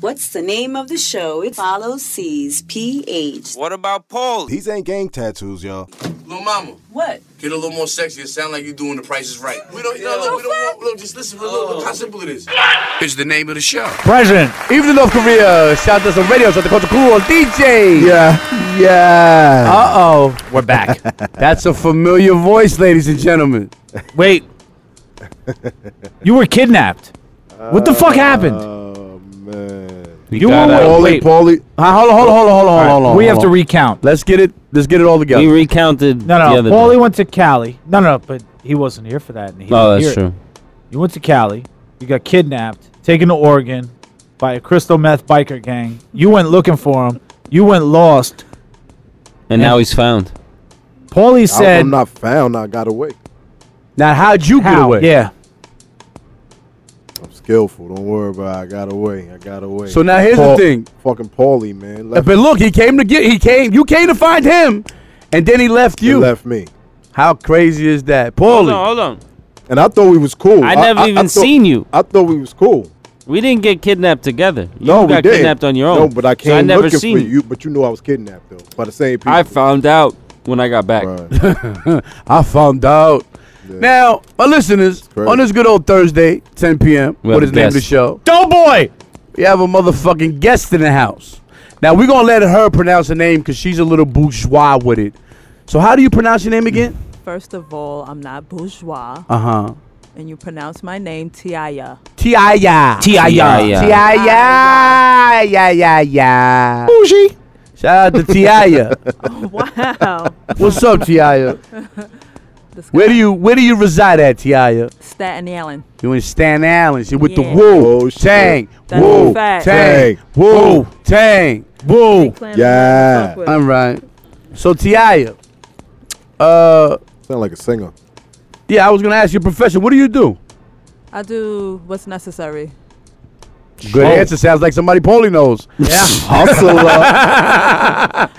What's the name of the show? It follows C's PH. What about Paul? These ain't gang tattoos, y'all. Little mama, What? get a little more sexy. It sound like you doing the prices right. We don't, no, look, we don't want, look, just listen, look, look how simple it is. It's the name of the show. President. Even in North Korea, shout out to some radio, shout out to Culture Cool on DJ. Yeah. Yeah. Uh oh. We're back. That's a familiar voice, ladies and gentlemen. Wait. you were kidnapped. What the fuck happened? Oh man. We You got were- out- Oh, Paulie, wait. Paulie. Uh, hold on, hold on, hold on, hold on, All right, hold on. we hold have to on. recount. Let's get it. Let's get it all together. We recounted No, the no. other Paulie day. went to Cali. No, no, but he wasn't here for that. And he Oh, didn't that's hear it. true. You went to Cali. You got kidnapped, taken to Oregon by a crystal meth biker gang. You went looking for him. You went lost. And now he's found. Paulie I- said, I'm not found. I got away. now, how'd you get How? away? Yeah. I'm skillful. Don't worry about. it. I got away. I got away. So now here's Paul- the thing. Fucking Paulie, man. Left, But look, he came to get. He came. You came to find him, and then he left you you. left me, How crazy is that, Hold Paulie? on, hold on. and I thought we was cool. I never even thought- seen you. I thought we was cool. We didn't get kidnapped together. You no, we got did. kidnapped on your own. No, but I so came I never looking seen for you. But you knew I was kidnapped though by the same people. I found out when I got back. Right. I found out. Now, my listeners, crazy. on this good old Thursday, 10 p.m. We have What is a the name of the guest. show? Dough boy. We have a motherfucking guest in the house. Now we're gonna let her pronounce her name because she's a little bourgeois with it. So how do you pronounce your name again? First of all, I'm not bourgeois, Uh huh. and you pronounce my name Tiaya. Tia. Tiaya. Tia. Yeah, yeah, yeah. Bougie. Shout out to Tiaya. wow. What's up, Tiaya? This Where guy. do you Where do you reside at, Tiaya? Staten Island. You in Stan Allen? She with the Yeah. Wu Oh, shit. Tang, That's Wu a fact. Tang, Tang, Wu Tang, Wu. Yeah. All right. So Tiaya, uh, sound like a singer. yeah, I was gonna ask you, profession. What do you do? I do what's necessary. Good answer. Sounds like somebody Paulie knows. Yeah. Hustle up.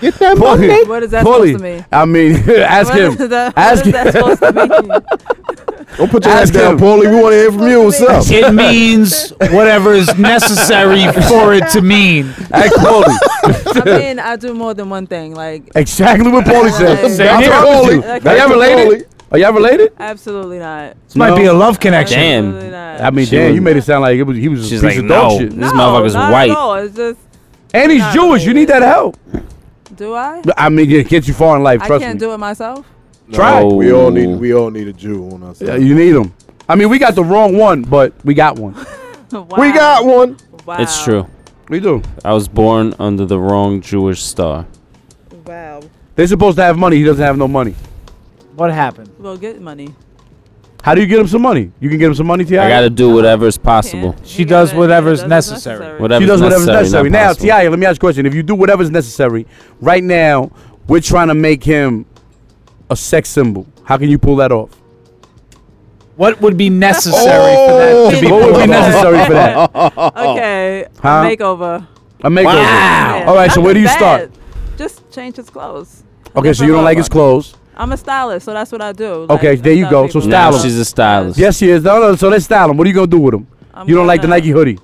Get that money. What is that Paulie. supposed to mean? I mean, ask What him. is that- what ask is that him. supposed to mean? Don't put your ass Ask down, him. Paulie. We want to hear from you. What's up? It means whatever is necessary for it to mean. ask Paulie. I mean, I do more than one thing. Like, Exactly what Paulie said. Same I here. promise you. Okay. Are y'all related? Are y'all related? absolutely not. This might be a love connection. Damn. Absolutely not. I mean, She damn, was- you made it sound like it was, he was a She's piece like, of dog no. shit. This No, motherfucker's not at white. all. It's just, And he's Nah, Jewish. You need that help. do I? I mean, it gets you far in life. I Trust can't me. do it myself. Try. We all need. We all need a Jew on us. Yeah, you need him. I mean, we got the wrong one, but we got one. wow. we got one. Wow. It's true. We do. I was born under the wrong Jewish star. Wow. They're supposed to have money. He doesn't have no money. What happened? Well, get money. How do you get him some money? You can get him some money, Ti. I gotta do whatever is possible. Can't. She You does gotta- whatever's does necessary. Whatever She does whatever's necessary. necessary. not Now, possible. Ti, let me ask you a question. If you do whatever's necessary, right now, we're trying to make him a sex symbol. How can you pull that off? What would be necessary for that to be? Oh! What would be pulled off? necessary for that? Okay. Huh? Makeover. A makeover. Yeah. All right. So where do you Nothing start? bad. Just change his clothes. Okay. So you don't like his clothes. I'm a stylist, so that's what I do. Okay, I there you go. So people. style Now him. she's a stylist. Yes, she is. No, no. So let's style him. What are you gonna do with him? I'm you don't like the gonna- Nike hoodie.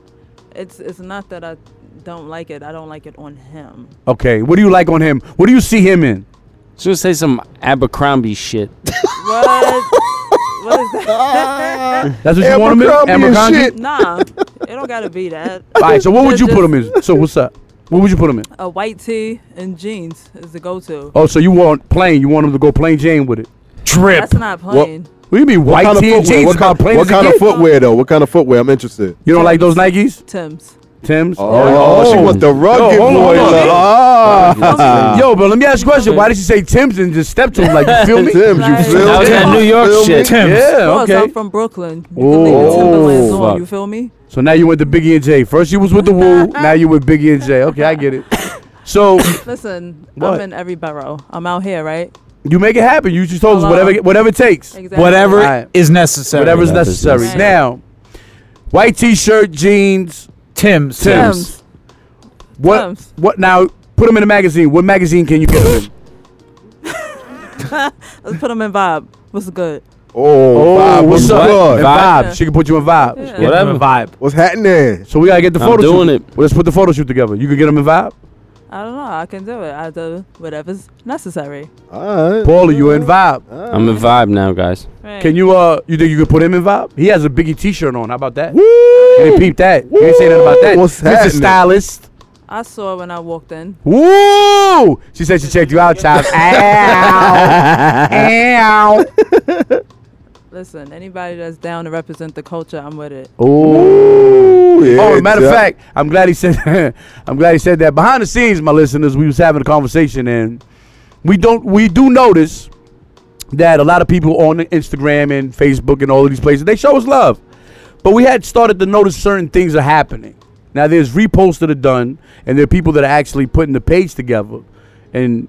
It's it's not that I don't like it. I don't like it on him. Okay. What do you like on him? What do you see him in? She'll say some Abercrombie shit. What? what is that? That's what you want him in. Abercrombie and Abercrombie? shit. nah, it don't gotta be that. All right. So what would Just- you put him in? So what's up? What would you put him in? A white tee and jeans is the go-to. Oh, so you want plain? You want him to go plain Jane with it? Drip. That's not plain. What do you mean What white kind of tee and footwear? jeans? What about kind, plain what as a kind of kid? footwear though? What kind of footwear? I'm interested. You don't like those Nikes, Tim's. Tims? Oh, she wants the rugged hold on, boy. hold on. look. Yo, but let me ask you a question. Why did she say Tims and just step to him like you feel me? Tim's, you Like- feel That was me? that New York Feel me? shit. Tims. Yeah, Plus, I'm okay. from Brooklyn. You can leave the Oh, Timberlands on. fuck. You feel me? So now you went to Biggie and Jay. First you was with the Woo, now you with Biggie and Jay. Okay, I get it. So Listen, What? I'm in every borough. I'm out here, right? you make it happen. You just told us Hello. whatever whatever it takes. Exactly. Whatever Right. is necessary. Whatever's Whatever's Oh. necessary. necessary. Now, white t-shirt, jeans, Tim's. Tim's. Tim's. What Times. what now put them in a magazine. What magazine can you put them in? Let's put them in vibe. What's good? Oh, Bob, what's what's what? up? good? In Vibe? Vibe. She can put you in vibe. Yeah. Get them a Whatever. Vibe. What's happening? So we gotta get the I'm photo doing shoot. it. Well, let's put the photo shoot together. You can get them in vibe. I don't know. I can do it. I do whatever's necessary. All right. Paula, you in vibe. I'm in vibe now, guys. Right. Can you uh you think you could put him in vibe? He has a Biggie t-shirt on. How about that? You ain't peep that. You ain't say nothing about that. What's Mr. happening? Stylist. I saw it when I walked in. Woo! She said she checked you out, child. Ow! Ow! Listen, anybody that's down to represent the culture, I'm with it. Ooh, yeah, Oh, matter of Jack. fact, I'm glad he said. I'm glad he said that. Behind the scenes, my listeners, we was having a conversation, and we don't we do notice that a lot of people on Instagram and Facebook and all of these places they show us love, but we had started to notice certain things are happening. Now there's reposts that are done, and there are people that are actually putting the page together, and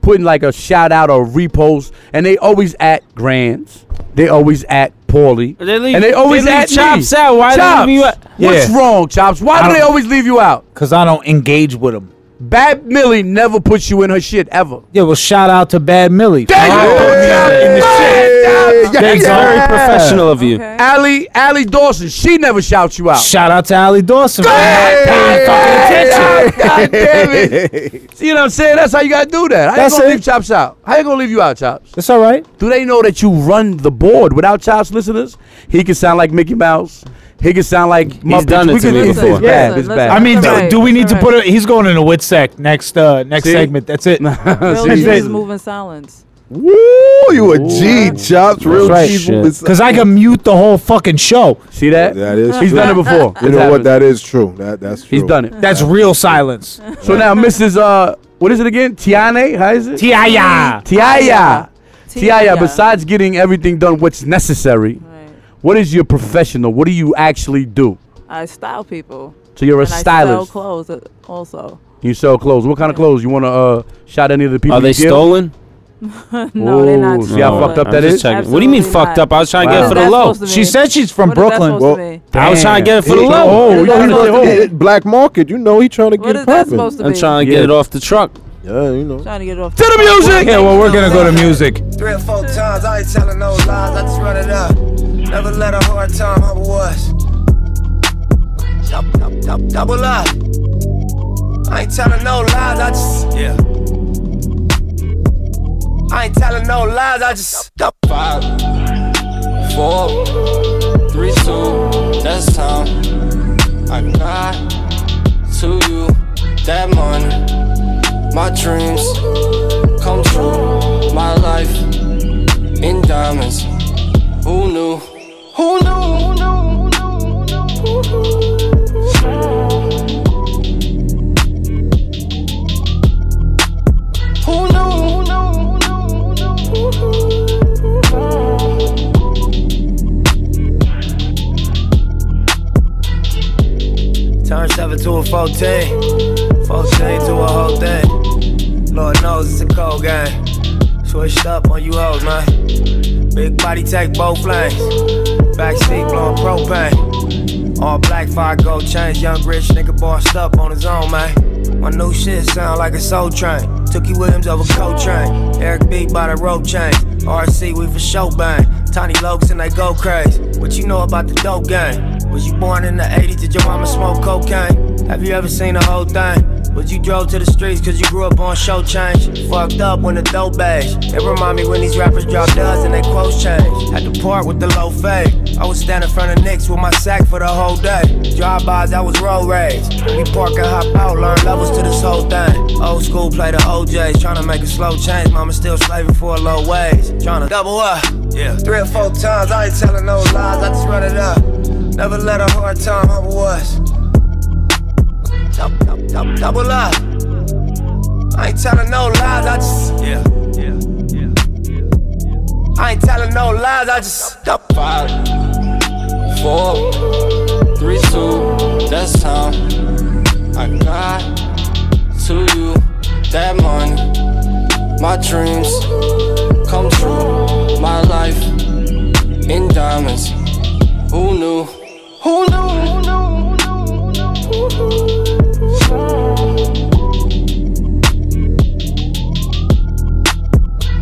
putting like a shout out or a repost, and they always at Grants. They always at Paulie. They leave- and they always they leave at Chops me. out. Why do they Chops, leave you out? What's Yeah. wrong, Chops? Why I do they don't- always leave you out? Cause I don't engage with them. Bad Millie never puts you in her shit ever. Yeah, well, shout out to Bad Millie. There you go, Chops. Bad Chops. That's Yeah. very professional of you. Okay. Allie, Allie Dawson, she never shouts you out. Shout out to Ali Dawson. for Hey, not paying fucking attention. God, God damn it. See what I'm saying? That's how you gotta do that. How That's you gonna it. leave Chops out? How you gonna leave you out, Chops? It's all right. Do they know that you run the board without Chops listeners? He can sound like Mickey Mouse. He can sound like Muppet. done it We to could- me it's- before. It's bad. Listen, it's listen. bad. I mean, do, Alright, do we need to alright. put a? He's going into WITSEC next uh next See? segment. That's it. Real Ah, See? G's That's it. moving silence. Woo, you a G, chops. Real right. G. Shit. with- Cause I can mute the whole fucking show. See that? That is. He's true. done it before. You It's know what? happened. That is true. That that's true. He's done it. That's real silence. So now, Mrs. Uh, what is it again? Tiane? How is it? Tia. Tiaya. Tia. Tiaya. Besides getting everything done, what's necessary? Right. What is your professional? What do you actually do? I style people. So you're a and I sell stylist. clothes uh, also. you sell clothes. What kind of clothes? You want to uh, shout any of the people? Are they you give? stolen? Oh. no, they're Ooh, not. see how stolen. fucked up I'm that just is? checking. What do you mean Absolutely fucked not. up? I was trying Wow. to get it for That's the low. supposed to She mean? said she's from What is that Brooklyn. supposed Well- to mean? I was trying to get it for the He- low. Oh, you yeah. know, he Oh. trying to get black market. You know he trying to What get is that popping. supposed to be? I'm trying to Yeah. get it off the truck. Yeah, you know. Trying to get it off. To the music. Yeah, well, we're gonna go to music. Three or four times, I ain't telling no lies, I just run it up. Never let a hard time humble was. Double, double, double, double up. I ain't telling no lies, I just. Yeah. I ain't telling no lies, I just. Double. Five, four, three, two, that's time. I got to you that morning. My dreams come true. My life in diamonds. Who knew? Who knew? Who knew? Who knew? Who knew? Who knew? Who knew? Who knew? Who knew? Turn 7 to a 14. 14 to a whole thing. Lord knows it's a cold game. Switched up on you hoes, man. Big body take both lanes. Backseat blowing propane. All black, fire, gold chains. Young rich nigga bossed up on his own, man. My new shit sound like a soul train. Tookie Williams over Coltrane. Eric B by the rope chain. RC, we for show bang. Tiny Lokes and they go crazy. What you know about the dope game? Was you born in the 80s? Did your mama smoke cocaine? Have you ever seen the whole thing? But you drove to the streets cause you grew up on show change. Fucked up when the dope bash. It remind me when these rappers drop duds and they quotes change. Had to part with the low fade. I was standing in front of Knicks with my sack for the whole day. Drive-bys, I was road rage. We park and hop out, learn levels to this whole thing. Old school play the OJs, trying to make a slow change. Mama still slaving for a low wage. Trying to double up. Yeah. Three or four times, I ain't telling no lies, I just run it up. Never let a hard time humble us. Double, double, double, double up. I ain't telling no lies, I just. Yeah, yeah, yeah. I ain't telling no lies, I just. Double. Five, four, three, two, that's time. I got to you that morning. My dreams come true. My life in diamonds. Who knew? Who knew? Who knew? Who knew? Who knew?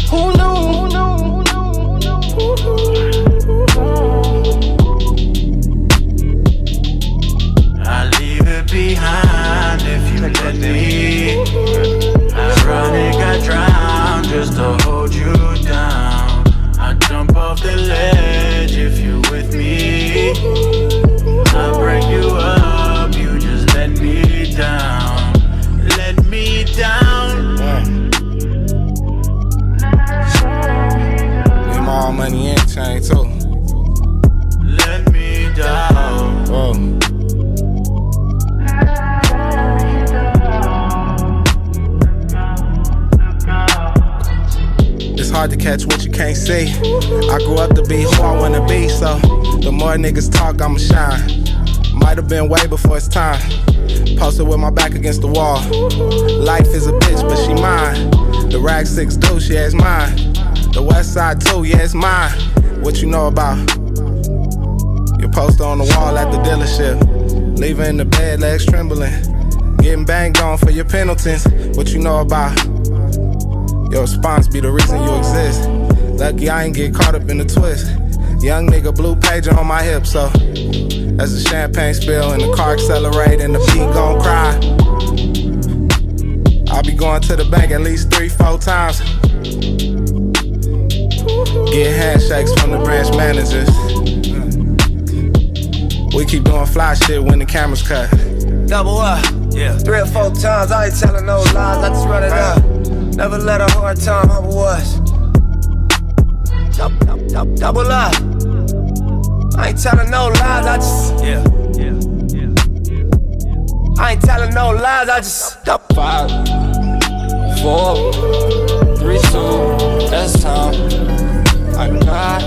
Who knew? Who knew? Who knew? at the heat. Ironic, I drown just to hold you down. I jump off the ledge if you with me. I break you up, you just let me down. Let me down. Leave my own money in chain too. Let me down. Oh. Whoa. It's hard to catch what you can't see. I grew up to be who I wanna be, so the more niggas talk, I'ma shine. Might have been way before it's time. Posted with my back against the wall. Life is a bitch, but she mine. The rag six do, she is mine. The west side too, yeah, it's mine. What you know about? Your poster on the wall at the dealership. Leaving in the bed, legs trembling. Getting banged on for your penalties. What you know about? Your response be the reason you exist. Lucky I ain't get caught up in the twist. Young nigga, blue pager on my hip, so that's a champagne spill and the car accelerate and the beat gon' cry. I'll be going to the bank at least three, four times. Get handshakes from the branch managers. We keep doing fly shit when the cameras cut. Double up. Yeah. Three or four times. I ain't telling no lies. I just run it up. Never let a hard time humble us. Dou- dou- dou- Double up. I ain't telling no lies. I just. Yeah. Yeah. I ain't telling no lies. I just. Dou- Five, four, three, two, that's time. I got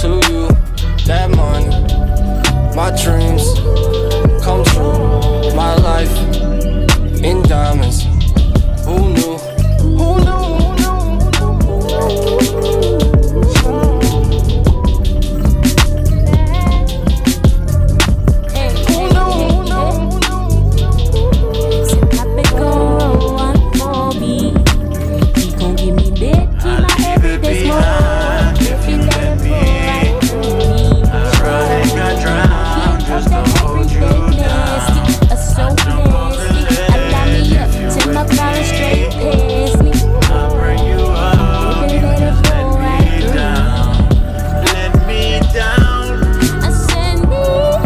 to you that money. My dreams come true. My life in diamonds. Who knew? Who knew? Oh,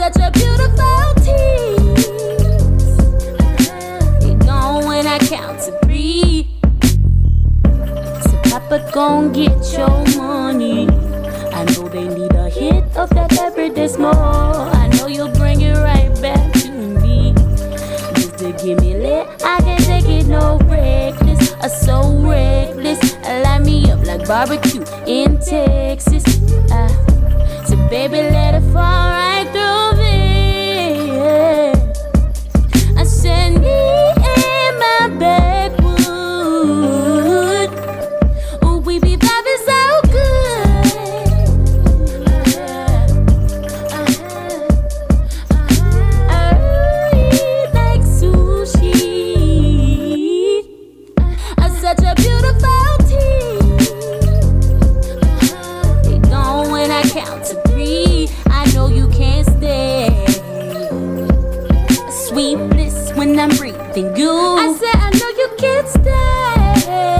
Such a beautiful tease. It gone when I count to three. So Papa gon' get your money. I know they need a hit of that every this more. I know you'll bring it right back to me. Just to give me lit, I can't take it no reckless. I so reckless. Light me up like barbecue in Texas. Uh, so baby, let it fall right through me. yeah. I said, me in my backwood. Ooh, we be vibing so good. Early like sushi. I'm such a beautiful team. It gone when I count to three. I know you can't stay sweet bliss when I'm breathing you. I said I know you can't stay.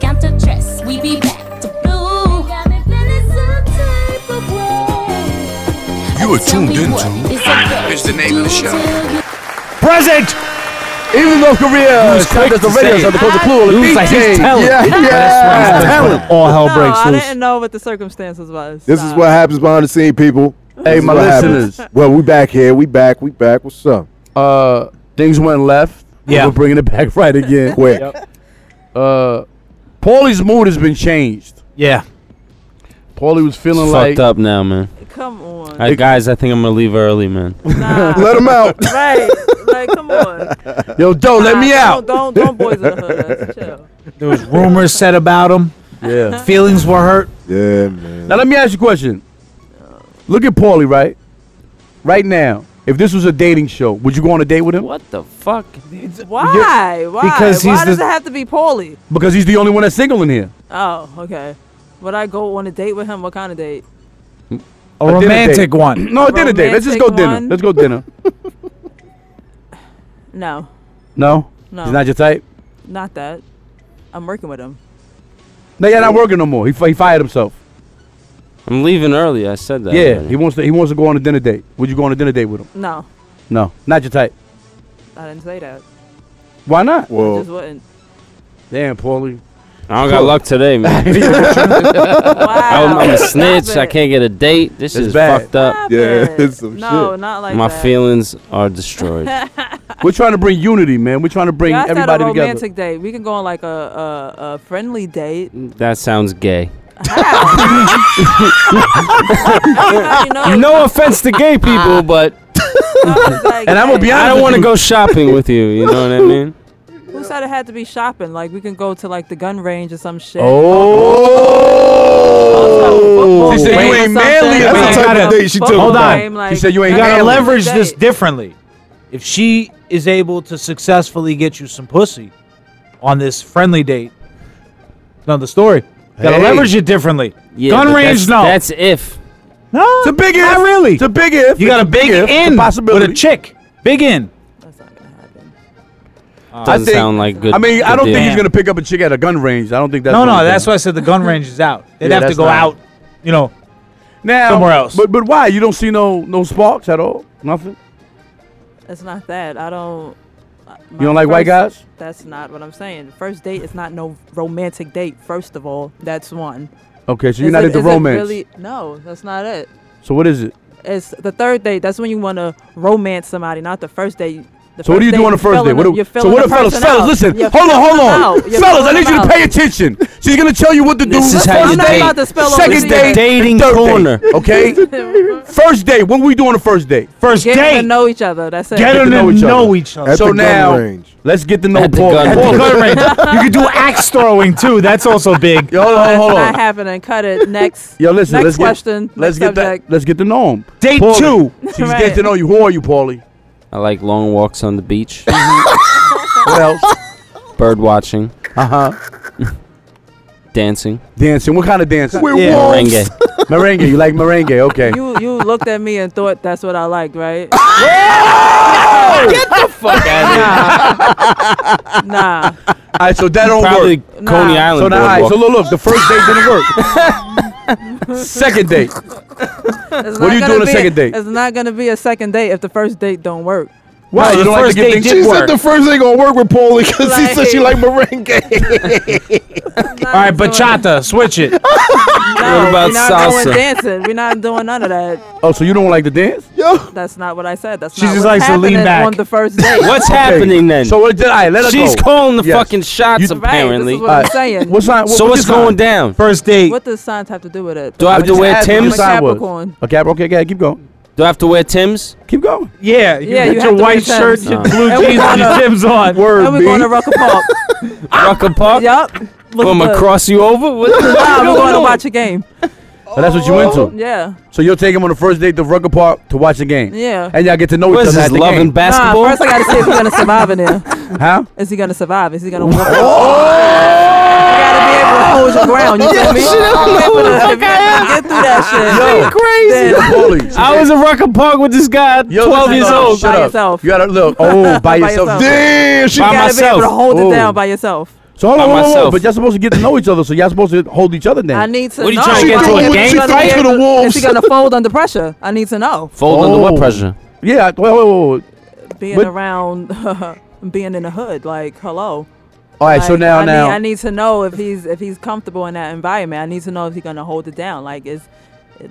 Count the dress, we be back to blue. You got me feeling some type of way. You are tuned into. It's the name of the show. Present. Even though Korea sent us the radio, so the close the clue. He was like, he's telling. Yeah, That's yeah, what I'm talent. saying. All hell breaks I loose. didn't know what the circumstances was. This is what happens behind the scene, people. Hey, This is my what happens. listeners. Well, we back here. We back. We back. What's up? Uh, things went left. Yeah. we're bringing it back right again. Quick. Uh, Paulie's mood has been changed. Yeah. Paulie was feeling It's like fucked up now, man. Come on. All right, guys, I think I'm gonna leave early, man. Let him out. Right. Like, come on. Yo, Doe, let me Nah, out. Don't, don't, don't boys in the hood. That's chill. There was rumors said about him. Yeah. Feelings were hurt. Yeah, man. Now let me ask you a question. Look at Paulie, right? right now, if this was a dating show, would you go on a date with him? What the fuck? Why? Why? because he's Why does the- it have to be Paulie? Because he's the only one that's single in here. Oh, okay. Would I go on a date with him? What kind of date? A dinner date. romantic one. No, a dinner date. Let's just go Romantic dinner. one. Let's go dinner. No, No? No. He's not your type? not that. I'm working with him. No, you're not working no more. He, fi- he fired himself. I'm leaving early. I said that. yeah, already. he wants to he wants to go on a dinner date. Would you go on a dinner date with him? No, No, not your type. I didn't say that. Why not? I just wouldn't. damn, Paulie. I don't got luck today, man. I'm, I'm a Stop snitch. I it. can't get a date. This It's is bad. fucked up. Stop it. no, not like My that. feelings are destroyed. We're trying to bring unity, man. We're trying to bring Y'all said everybody a together. romantic date. We can go on like a a, a friendly date. Mm. that sounds gay. you know, Ah. No offense to gay people, but and I'm gonna be honest. I don't want to go shopping with you. You know what I mean? who said it had to be shopping? Like we can go to like the gun range or some shit. Oh, she said you Wait, ain't something. manly. That's enough. the type of date she took. Hold on. Game, like, she said you ain't You gotta manly. leverage Date. this differently. If she is able to successfully get you some pussy on this friendly date, another story. You gotta Hey. leverage it differently. Yeah, Gun but range, that's- no. That's if. no, It's a big if. not really. It's a big if. You got a big if. It's in possibility. with a chick. Big in. Doesn't sound like good. I mean, I good don't think deal. he's gonna pick up a chick at a gun range. I don't think that's. no, what no, he's that's doing. why I said the gun range is out. They'd Yeah, have to that's go not- out, you know. now, somewhere else. But but why? You don't see no no sparks at all. Nothing. It's not that. I don't. You don't like white guys? That's not what I'm saying. First date is not no romantic date. First of all, that's one. Okay, so you're Is not it- into is it romance. really- no, that's not it. So what is it? It's the third date. That's when you want to romance somebody, not the first date. The So what do you first do date on the you first feeling day? What them- do, you're so feeling what the do fellas, person out. fellas, listen. You're hold on, feeling hold them on. out. You're Fellas, I feeling need you them to out. pay attention. She's gonna tell you what to do. This is how first you date, date. I'm not about to spill all second this day, either. Dating third date, corner. Okay, first date. What we do on the first date? First Getting to date. know each other. That's it. Get them to each know other. each other. At so the gun now, range. let's get to know At the Paul. gun Paul- range. Gun range. You could do axe throwing too. That's also big. Yo, hold on, That's hold not on. happening. Cut it. Next. Yo, listen. Next let's question. Get, let's next get that. subject. Let's get to know him. Date Paulie. two. She's Right. getting to know you. Who are you, Paulie? I like long walks on the beach, What else? bird watching, Uh huh. dancing, Dancing. What kind of dancing? We're Yeah. merengue. Merengue. You like merengue? Okay. You you looked at me and thought that's what I liked, right? Fuck out nah. All right. So that don't Probably work. Coney Nah. Island So now, all right, boardwalk. so look, look, the first date didn't work. second date. It's What not do you do gonna on a be- second date? It's not gonna be a second date if the first date don't work. Why? the first date things- did She work. said the first ain't gonna work with Paulie because she said she like Like- merengue. All All right, bachata, switch it. No, about we're not salsa? doing dancing. We're not doing none of that. Oh, so you don't like to dance? Yo, That's not what I said. That's She not just what's likes to lean happening back. on the first date. What's happening then? So what did I let her She's go. calling the Yes. fucking shots, You- Right, apparently. This is what I'm saying. What's on? so what's going down? First date. What does signs have to do with it? Do I have to Just wear ask them. Tim's? I'm a Capricorn. Okay, okay, okay. Keep going. Do I have to wear Tim's? Keep going. Yeah, you Yeah, put your you have to wear white shirt, Timbs. your No. blue And we jeans, and your gonna- Tim's on. And we're B. going to Rucker Park. Rucker Park? yup. Look Well, I'm good. gonna cross you over? What the hell Nah, we're going to going on? watch a game. Oh, that's what you into. Yeah. So you'll take him on the first date to Rucker Park to watch the game. Yeah. And y'all get to know What each is other. this, at the love and game. basketball? Nah, first I gotta see if he's gonna survive in there. Huh? Is he gonna survive? Is he gonna walk? you Oh! gotta be able to hold your ground. You feel me? If you have to get through that shit. Crazy. I was in Rucker Park with this guy, 12 years old. By yourself. You gotta look. Oh, by By yourself. yourself. Damn. She By You gotta be able to myself. hold Oh. it down by yourself. so hold By on, hold on, hold on. myself. But y'all supposed to get to know each other. So y'all supposed to hold each other now. I need to What are you know. trying to get Like, to a is he gang? gonna She be fights able- with the Is he gonna fold under pressure? I need to know. Fold under Oh. what pressure? Yeah. I- Wait, wait, wait, wait. Being But- around, being in the hood, like hello. All right. so Like, now, I now. need, I need to know if he's if he's comfortable in that environment. I need to know if he's gonna hold it down. Like is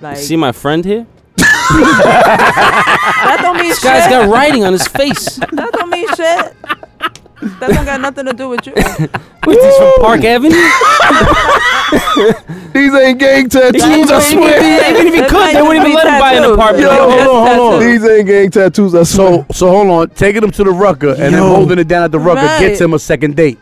like You see my friend here? that don't mean This guy's shit. got writing on his face. That don't mean shit. That don't got nothing to do with you. What is this from Park Avenue? These ain't gang tattoos. I Even swear. if he could, they wouldn't even let him buy an apartment. Yo, hold on, hold on. These ain't gang tattoos. I swear. So, so hold on. Taking him to the rucker and then Yo. holding it down at the rucker Right. gets him a second date.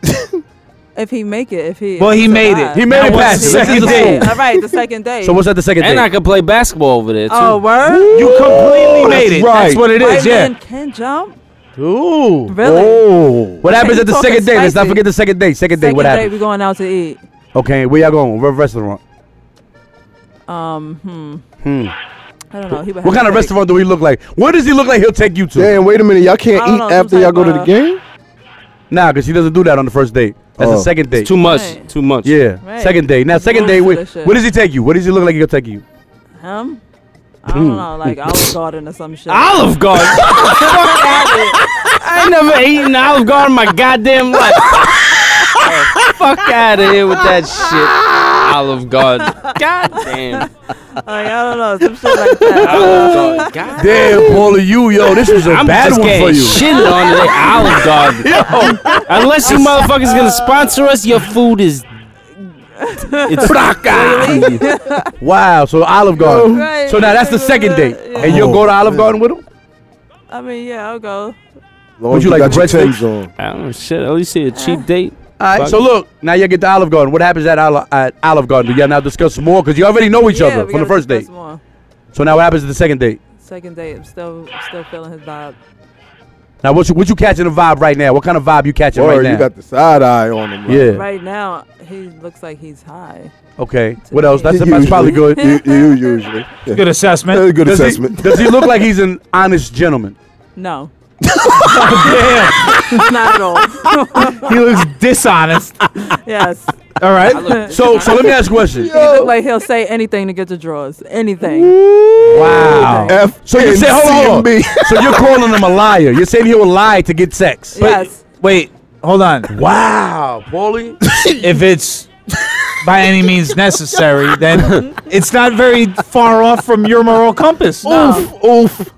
If he make it, if he. Well, if he made alive. it. He made Now it what's past the it. second This is date? All right, the second day. so what's at the second And I date? could play basketball over there, too. oh, word. You completely made inflated. That's what it is. White Yeah. man can jump. Ooh. Really? Oh. What happens at the Talking second date? Let's not spicy. forget the second date. Second date, Second what date, happens? we going out to eat. Okay, where y'all going? What restaurant? Um, hmm. Hmm. I don't know. He would What have kind to of restaurant do he look like? Where does he look like he'll take you to? Damn, wait a minute. Y'all I can't don't eat know, some after y'all go to type the of- uh, game? Nah, because he doesn't do that on the first date. That's Oh. the second date. too much. Too much. Yeah. Right. Second date. Now, It's second rules date, to where, this shit. where does he take you? What does he look like he'll take you? Hmm. Him? I don't know, like Olive Garden or some shit. Olive Garden. I ain't never eaten Olive Garden in my goddamn life. Fuck out of here with that shit. Olive Garden. God damn. like I don't know, some shit like that. Olive Garden. God Damn, Paula, you, yo, this was a I'm bad just one getting for you. shitted on today. Olive Garden. Yo. Unless you motherfuckers gonna sponsor us, your food is. It's wow, so Olive Garden. Right, So now that's the right, second right, date. yeah. And you'll go to Olive Garden with him? I mean, yeah, I'll go. Long Would as you like got your breadsticks? Timbs on. Oh shit! At least see a cheap date. All right, so look, now you get to Olive Garden. What happens at, Oli- at Olive Garden? Do y'all now discuss more? Because you already know each yeah, other we from the gotta first discuss date. more. So now what happens at the second date? Second date, I'm still still feeling his vibe. Now what you, what you catching a vibe right now? What kind of vibe you catching Or right now? you got the side eye on him. Yeah. Right now, he looks like he's high. Okay. What else? That's, Usually. that's probably good. you, you usually. Yeah. Good assessment. That's a good does assessment. He, does he look like he's an honest gentleman? No, Damn. not at all. He looks dishonest. yes. All right. So so let me ask you a question. He look like he'll say anything to get the drawers. Anything. Wow. F. So you say hold on, hold on. so you're calling him a liar. You're saying he will lie to get sex. yes. Wait. Hold on. Wow, Paulie. If it's by any means necessary, then it's not very far off from your moral compass. Oof, oof.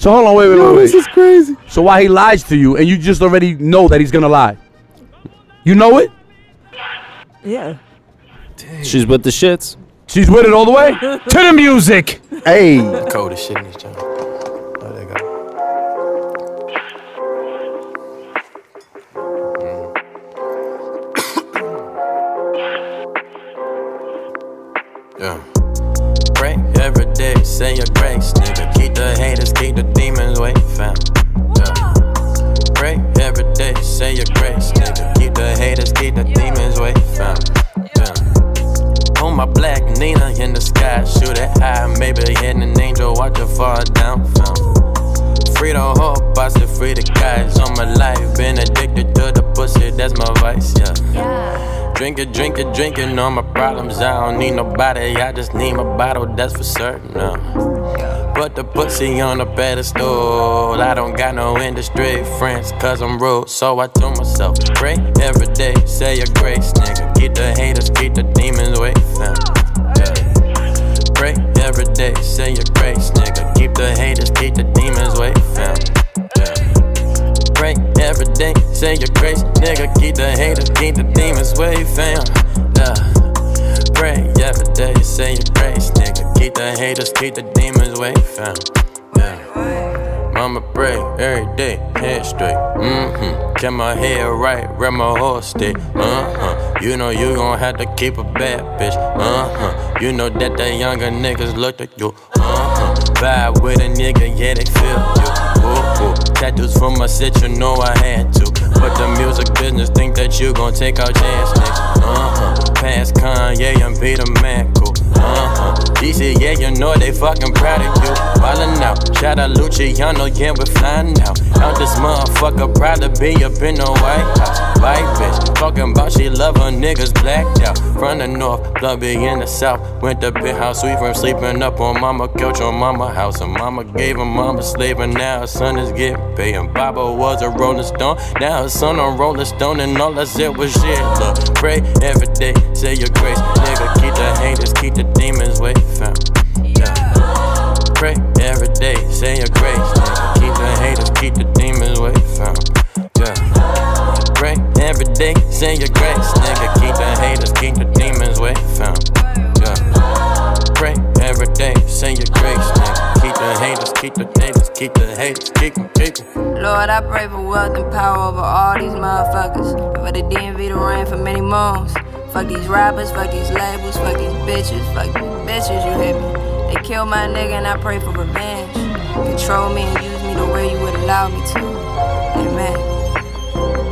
So hold on, wait, wait, wait, wait. This is crazy. So why he lies to you and you just already know that he's gonna lie? You know it? Yeah. She's with the shits. She's with it all the way. To the music. Hey. Cold as shit in this joint. Oh, there you go. Mm. Yeah. Pray every day, say your grace, nigga. Keep the haters, keep the demons away, fam. Yeah. Pray every day, say your grace, nigga. Keep the haters, keep the demons away, fam. Yeah. On my black Nina in the sky, shoot it high, maybe hit an angel, watch it fall down, fam. Free the whole boss, and free the guys on my life. Been addicted to the pussy, that's my vice, yeah. Drink it, drink it, drink it, all my problems. I don't need nobody, I just need my bottle, that's for certain. uh. Put the pussy on a pedestal. I don't got no industry friends, cause I'm rude. So I told myself, pray every day, say your grace, nigga. Keep the haters, keep the demons away, fam. Yeah. Pray every day, say your grace, nigga. Keep the haters, keep the demons away, fam. Yeah pray every day. Say your grace, nigga. Keep the haters, keep the demons way fam. Nah. Pray every day. Say your grace, nigga. Keep the haters, keep the demons way fam. Nah. Mama pray every day, head straight. Mm-hmm. Get my head right, rep my whole stick. Uh-huh. You know you gon' have to keep a bad bitch. Uh-huh. You know that the younger niggas look at you. Uh-huh. Vibe with a nigga, yeah, they feel you. Ooh, ooh. Tattoos from my set, you know I had to. But the music business think that you gon' take our chance, nigga. Uh-huh. Past Kanye and Peter Manco. Uh-huh. DC, yeah, you know they fucking proud of you. Ballin' out. Shout out Luciano, yeah, we flying out. Out this motherfucker, proud to be up in the White House. White bitch, talking about she love her niggas blacked out. From the north, blubby in the south. Went to big house, we from sleeping up on mama couch on mama house. And mama gave him mama slave, and now his son is getting paid. And Baba was a rolling stone, now his son on rolling stone, and all I said was shit. Look, pray every day, say your grace. Nigga, keep the haters, keep the demons away from. Yeah. Pray every day, say your grace. Nigga, keep the haters, keep the demons away from. Yeah. Pray every day, say your grace. Nigga, keep the haters, keep the demons away from. Yeah. Pray every day, say your grace. Nigga, keep the haters, keep the haters, keep the haters, keep them, keep them. Lord, I pray for wealth and power over all these motherfuckers. For the DMV to reign for many moons. Fuck these rappers, fuck these labels, fuck these bitches, fuck these bitches, you hear me? They killed my nigga and I pray for revenge. Control me and use me the way you would allow me to. Amen.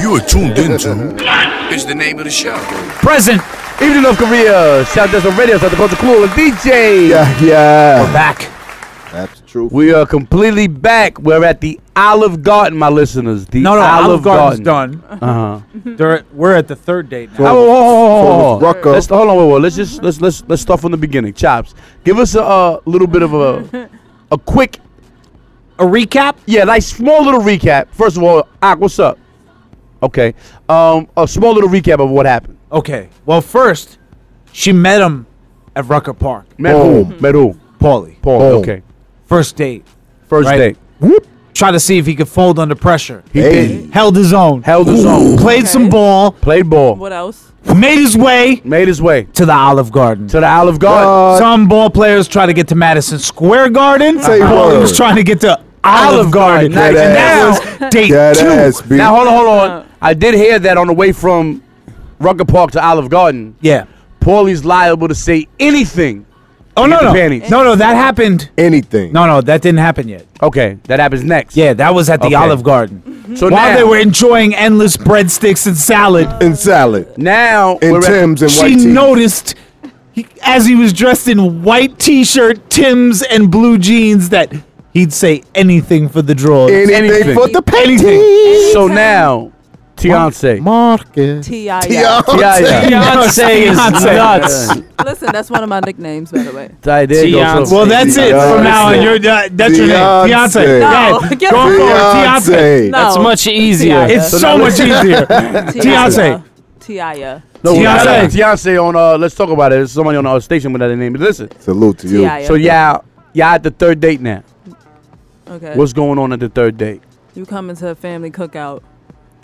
You are tuned into. It's the name of the show. Present. Evening of Korea. Shout out to Radio South Dakota Cool and DJ. Yeah, yeah. We're back. That's true. We are completely back. We're at the Olive Garden, my listeners. The No, no, Olive Olive, Garden's Garden. done. Uh huh. They're- we're at the third date now. Oh, oh, oh, oh, oh, Rucker. Let's, hold on, wait, wait. Let's just let's let's let's start from the beginning. Chops, give us a, uh little bit of a a quick a recap. Yeah, like small little recap. First of all, Ak, what's up? Okay, um, a small little recap of what happened. Okay. Well, first, she met him at Rucker Park. Met who? Boom. Met who? Paulie. Paulie, Boom. okay. First date. First date. Whoop. Try to see if he could fold under pressure. He Hey. Held his own. Held his own. Played some ball. Played ball. What else? Made his way. Made his way to the Olive Garden. To the Olive Garden. Some ball players try to get to Madison Square Garden. Say Paulie word. was trying to get to Olive Garden. Nice. Now, date two. now hold on, hold on. I did hear that on the way from Rucker Park to Olive Garden. Yeah, Paulie's liable to say anything. Oh to no get no the panties. no no that happened. Anything? No no that didn't happen yet. Okay, that happens next. Yeah, that was at the Okay. Olive Mm-hmm. Garden. So while now- they were enjoying endless breadsticks and salad and salad. Now And we're at- Tim's and she white tees. noticed he, as he was dressed in white t-shirt, Tim's, and blue jeans that he'd say anything for the drawers. Anything for the panties. So now, Tiance. Marcus. T.I. Tia- Tia- Tiance is Tia- nuts. Listen, that's one of my nicknames, by the way. Ty, there you go. So- Well, that's it from now on. You're uh, that's your name, Beyonce. No, Go get forward, out. Beyonce. No. That's much easier. It's So so, now- much easier. Beyonce. Tiaya. No, Tiance. Tiance. Tiance on uh, let's talk about it. There's somebody on our station with that name. Listen. Salute to you. T.I. So yeah, yeah, at the third date now. Okay. What's going on at the third date? You coming to a family cookout?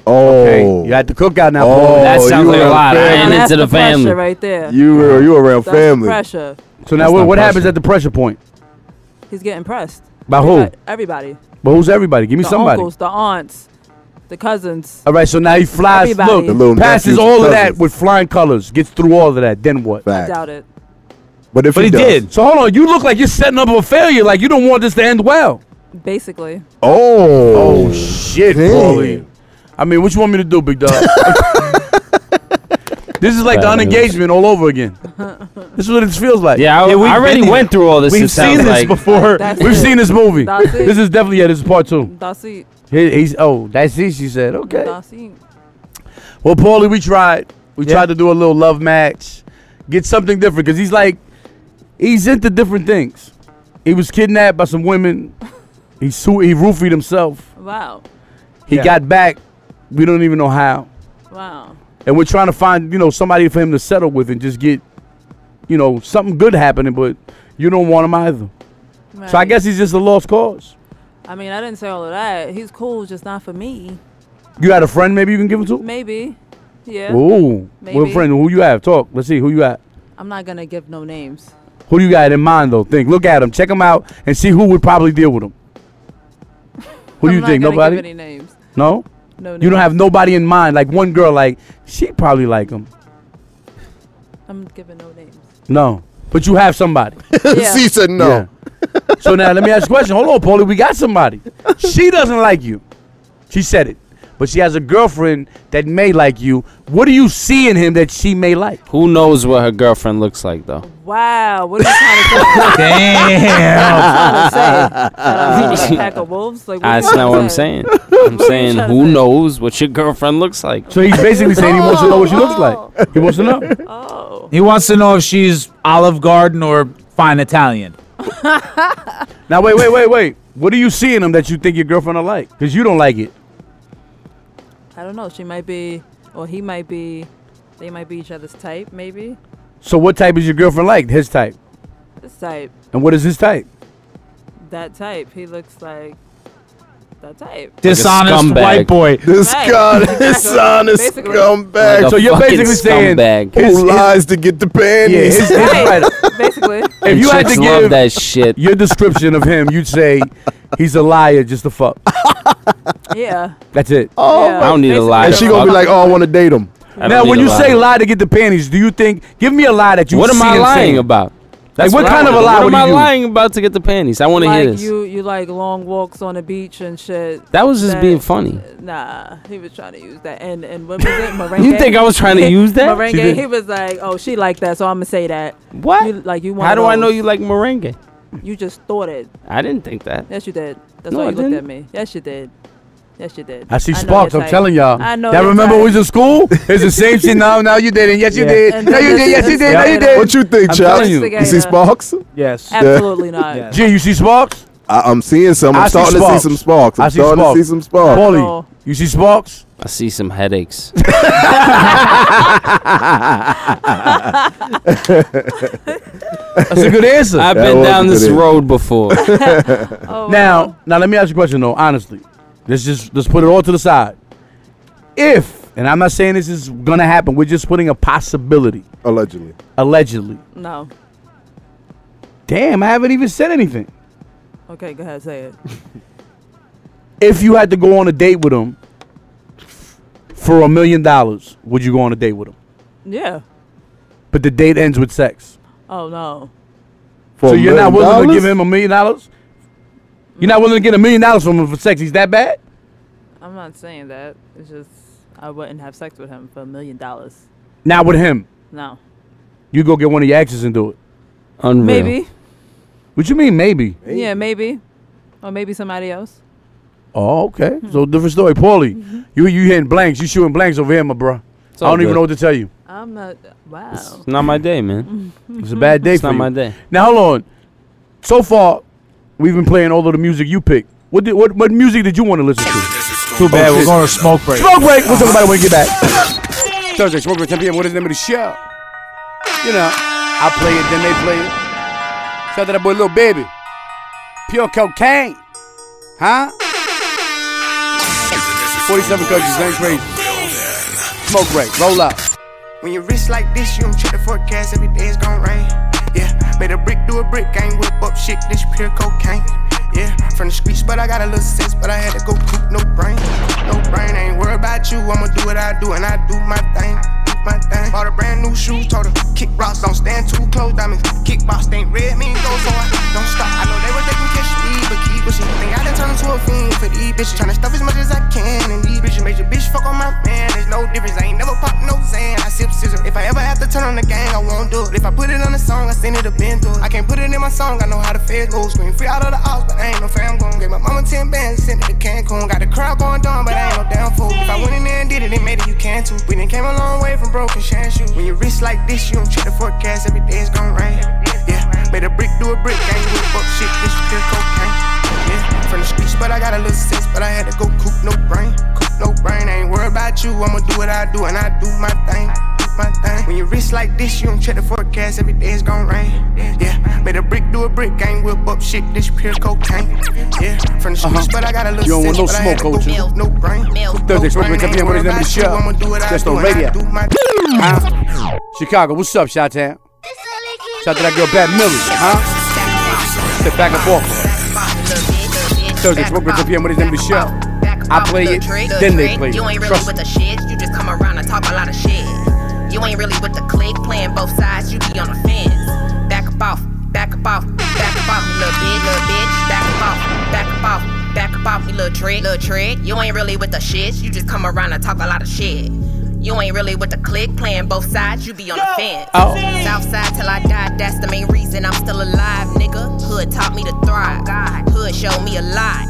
Oh, Okay, you at the cookout now. Oh, Paul. That sounds you like a around lot. I family. ain't that's into the, the family. pressure right there. You were you around That's family. Pressure. So now, what, That's what not pressure. happens at the pressure point? He's getting pressed. By who? Everybody. But who's everybody? Give me the somebody. uncles, the aunts, the cousins. All right, so now he flies. Everybody. The Look, little passes nephews all and of that cousins. with flying colors. Gets through all of that. Then what? I doubt it. But if but he he, does- did. So hold on, you look like you're setting up a failure. Like you don't want this to end well. Basically. Oh. Oh shit, Paulie. I mean, what you want me to do, big dog? this is like the Bad unengagement all over again. This is what it feels like. Yeah, I- Yeah, we've I already been there. went through all this, We've it seen sounds this like. before. That's We've it. seen this movie. That's it. This is definitely yeah. This is part two. That's it. He- he's oh, that's it. She said okay. That's it. Well, Paulie, we tried. We tried to do a little love match, get something different, because he's like, he's into different things. He was kidnapped by some women. He su- he roofied himself. Wow. He got back. We don't even know how. Wow. And we're trying to find, you know, somebody for him to settle with and just get, you know, something good happening, but you don't want him either. So I Right. guess he's just a lost cause. I mean, I didn't say all of that. He's cool, just not for me. You had a friend maybe you can give him to? Maybe. Yeah. Ooh. What Maybe. friend? Who you have? Talk. Let's see. Who you got? I'm not gonna give no names. Who do you got in mind though? Think, look at him, check him out, and see who would probably deal with him. Who do I'm you not think? gonna Nobody. Give any names. No. No You don't names. have nobody in mind. Like one girl, like she probably like him. I'm giving no names. No. But you have somebody. Yeah. She said no. so now let me ask you a question. Hold on, Paulie. We got somebody. She doesn't like you. She said it. but she has a girlfriend that may like you. What do you see in him that she may like? Who knows what her girlfriend looks like though? Wow, what are you trying to say? Damn. Trying to say? Uh, pack of wolves? Like, what you That's trying not to what I'm say? saying. I'm saying who knows what your girlfriend looks like. So he's basically saying he wants to know what she looks like. He wants to know. Oh. He wants to know if she's Olive Garden or fine Italian. Now wait, wait, wait, wait. What do you see in him that you think your girlfriend will like? Because you don't like it. I don't know. She might be, or he might be, they might be each other's type, maybe. So what type is your girlfriend like? His type. This type, And what is his type? that type. He looks like that type. Dishonest scumbag. white boy. This Right. guy, this son is Basically. scumbag. Like a so you're fucking basically saying scumbag. his- Who lies to get the Yeah, panties? his, his right. Basically, If And you had chicks to love give that shit. your description of him, you'd say he's a liar just a fuck. yeah. That's it. oh, yeah. I don't need a Basically, lie. and she gonna be like, "Oh, I want to date him." I don't now, need when a you lie. say lie to get the panties, do you think? Give me a lie that you. what am see I and lying say. about? Like, what kind of a wanna know. lie What would am I you do? lying about to get the panties? I want to hear Like this. you, you like long walks on the beach and shit. that was just that- being funny. Nah, he was trying to use that. And and what was it? Merengue. You think I was trying to use that? She Merengue. did. He was like, oh, she like that, so I'm gonna say that. What? You, like you want? How do I know you like merengue? You just thought it. I didn't think that. Yes, you did. That's No, why I you looked didn't. at me. Yes, you did. Yes, you did. I see know sparks. your I'm type. telling y'all. I know. Y'all your remember we type. was in school? It's the same shit now. Now you did, and yes you Yeah. did. And No, you then did. Yes you it's did. No, you together. did. What you think, I'm child? telling You. you. see Sparks? Yes. Absolutely not. Yes. Gee, you see sparks? I, I'm seeing some. I'm I see starting to see sparks. some sparks. I I'm see starting sparks. to see some sparks. Oh. Paulie, you see sparks? I see some headaches. That's a good answer. I've That been was down a good this answer. road before. Oh, Now, now let me ask you a question though. Honestly, let's just let's put it all to the side. If and I'm not saying this is gonna happen, we're just putting a possibility. Allegedly. Allegedly. no. Damn, I haven't even said anything. Okay, go ahead, say it. If you had to go on a date with him for a million dollars, would you go on a date with him? Yeah. But the date ends with sex. Oh no. For so a you're not million willing to dollars? give him a million dollars? You're not willing to get a million dollars from him for sex. He's that bad? I'm not saying that. It's just I wouldn't have sex with him for a million dollars. Not with him. No. You go get one of your exes and do it. Unreal. Maybe. What you mean, maybe? Yeah, maybe. Or maybe somebody else. Oh, okay. So different story, Paulie. Mm-hmm. You you hitting blanks. You shooting blanks over here, my bro. It's I all don't even good. know what to tell you. I'm not. Wow. It's not my day, man. It's a bad day It's for not you. my day. Now hold on. So far, we've been playing all of the music you picked. What did, what what music did you want to listen to? Too bad. We're going to smoke break. Smoke break. We'll talk about it when we get back. Thursday, smoke break, 10 p.m. What is the name of the show? You know, I play it, then they play it. Shout out to that boy, little baby. Pure cocaine, huh? 47 countries, ain't crazy. Smoke break, roll up. When your wrist like this, you don't check the forecast, every day it's gon' rain. Yeah, made a brick do a brick, I ain't whip up shit, this pure cocaine. Yeah, from the streets, but I got a little sense, but I had to go coop, no brain. No brain, I ain't worried about you, I'ma do what I do, and I do my thing. do My thing. Bought a brand new shoe, told her kick rocks, don't stand too close. Diamonds, kick box, ain't red, mean go so I don't stop. I know they was they can catch me, but keep pushing. Think I done turned into a fiend for these bitches, tryna stuff as much as I can. And these bitches made your bitch fuck on my man. There's no difference, I ain't never popped no Xan. I sip scissor. If I ever have to turn on the gang, I won't do it. If I put it on the song, I send it to Ben through. I can't put it in my song, I know how the feds go. Scream free out of the house, but I ain't no fam gon' Gave my mama 10 bands, sent it to Cancun. Got the crowd going down, but I ain't no damn fool. If I went in there and did it, it made it, you can too. We done came a long way from broken shan shoes. When your wrist like this, you don't check the forecast, every day it's gon' rain. Yeah, made a brick do a brick, ain't with fuck shit, this pure cocaine. Yeah, from the streets, but I got a little sense, but I had to go coop no brain. Coop no brain, I ain't worried about you, I'ma do what I do, and I do my thing. do My thing. When your wrist like this, you don't check the forecast, every day it's gon' rain. Yeah, made a brick do a brick, I ain't whip up shit, this pure cocaine. Yeah, from the streets, but I got a little Uh-huh. You don't want no sense, but I had to smoke, go Coach. coop no brain. Coop no Thursday, Smoke brain, Break, 10 I ain't p.m. What is the name of worried about the you, show? I'ma do what I Just do, on and I radio. do my Huh? Chicago, what's up, Chi Town? Shout out to that girl, Bad Millie, huh? Sit back and forth. Thursday, smoke with the PM, what is the name of the show? I play it, then they play You ain't it. really Trust with me. the shit. You just come around and talk a lot of shit. You ain't really with the clique, playing both sides. You be on the fence. Back up off, back up off, back up off, me little bitch, little bitch. Back up off, back up off, back up off, me little trick, little trick. You ain't really with the shit. You just come around and talk a lot of shit. You ain't really with the click, playing both sides. You be on the fence. Oh. South side till I die. That's the main reason I'm still alive, nigga. Hood taught me to thrive. Hood showed me a lot.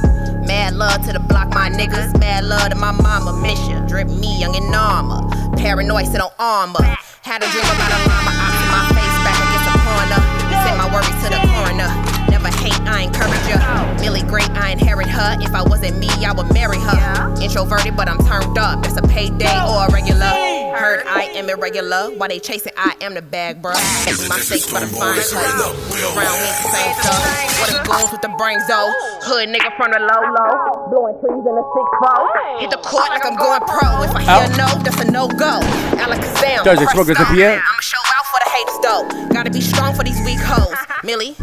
Mad love to the block, my niggas. Mad love to my mama, Misha. Drip me young in armor. Paranoid, so don't armor. Had a dream about a mama. I see my face back against the corner. Send my worries to the coroner. Never hate, I encourage her. Billy Great, I inherit her. If I wasn't me, I would marry her. Introverted, but I'm turned up. It's a payday or a regular. Heard I am irregular. Why they chasing, I am the bag, bruh. It's my six butterfly cut. Round with the same stuff. What the goons with the brains, though. Hood nigga from the low low. Blowing trees in the six four. Hit the court like I'm going pro. If I hear Ow. no, that's a no go. Alakazam. Does it smoke as a PA? I'ma show out for the haters though. Gotta be strong for these weak hoes. Millie,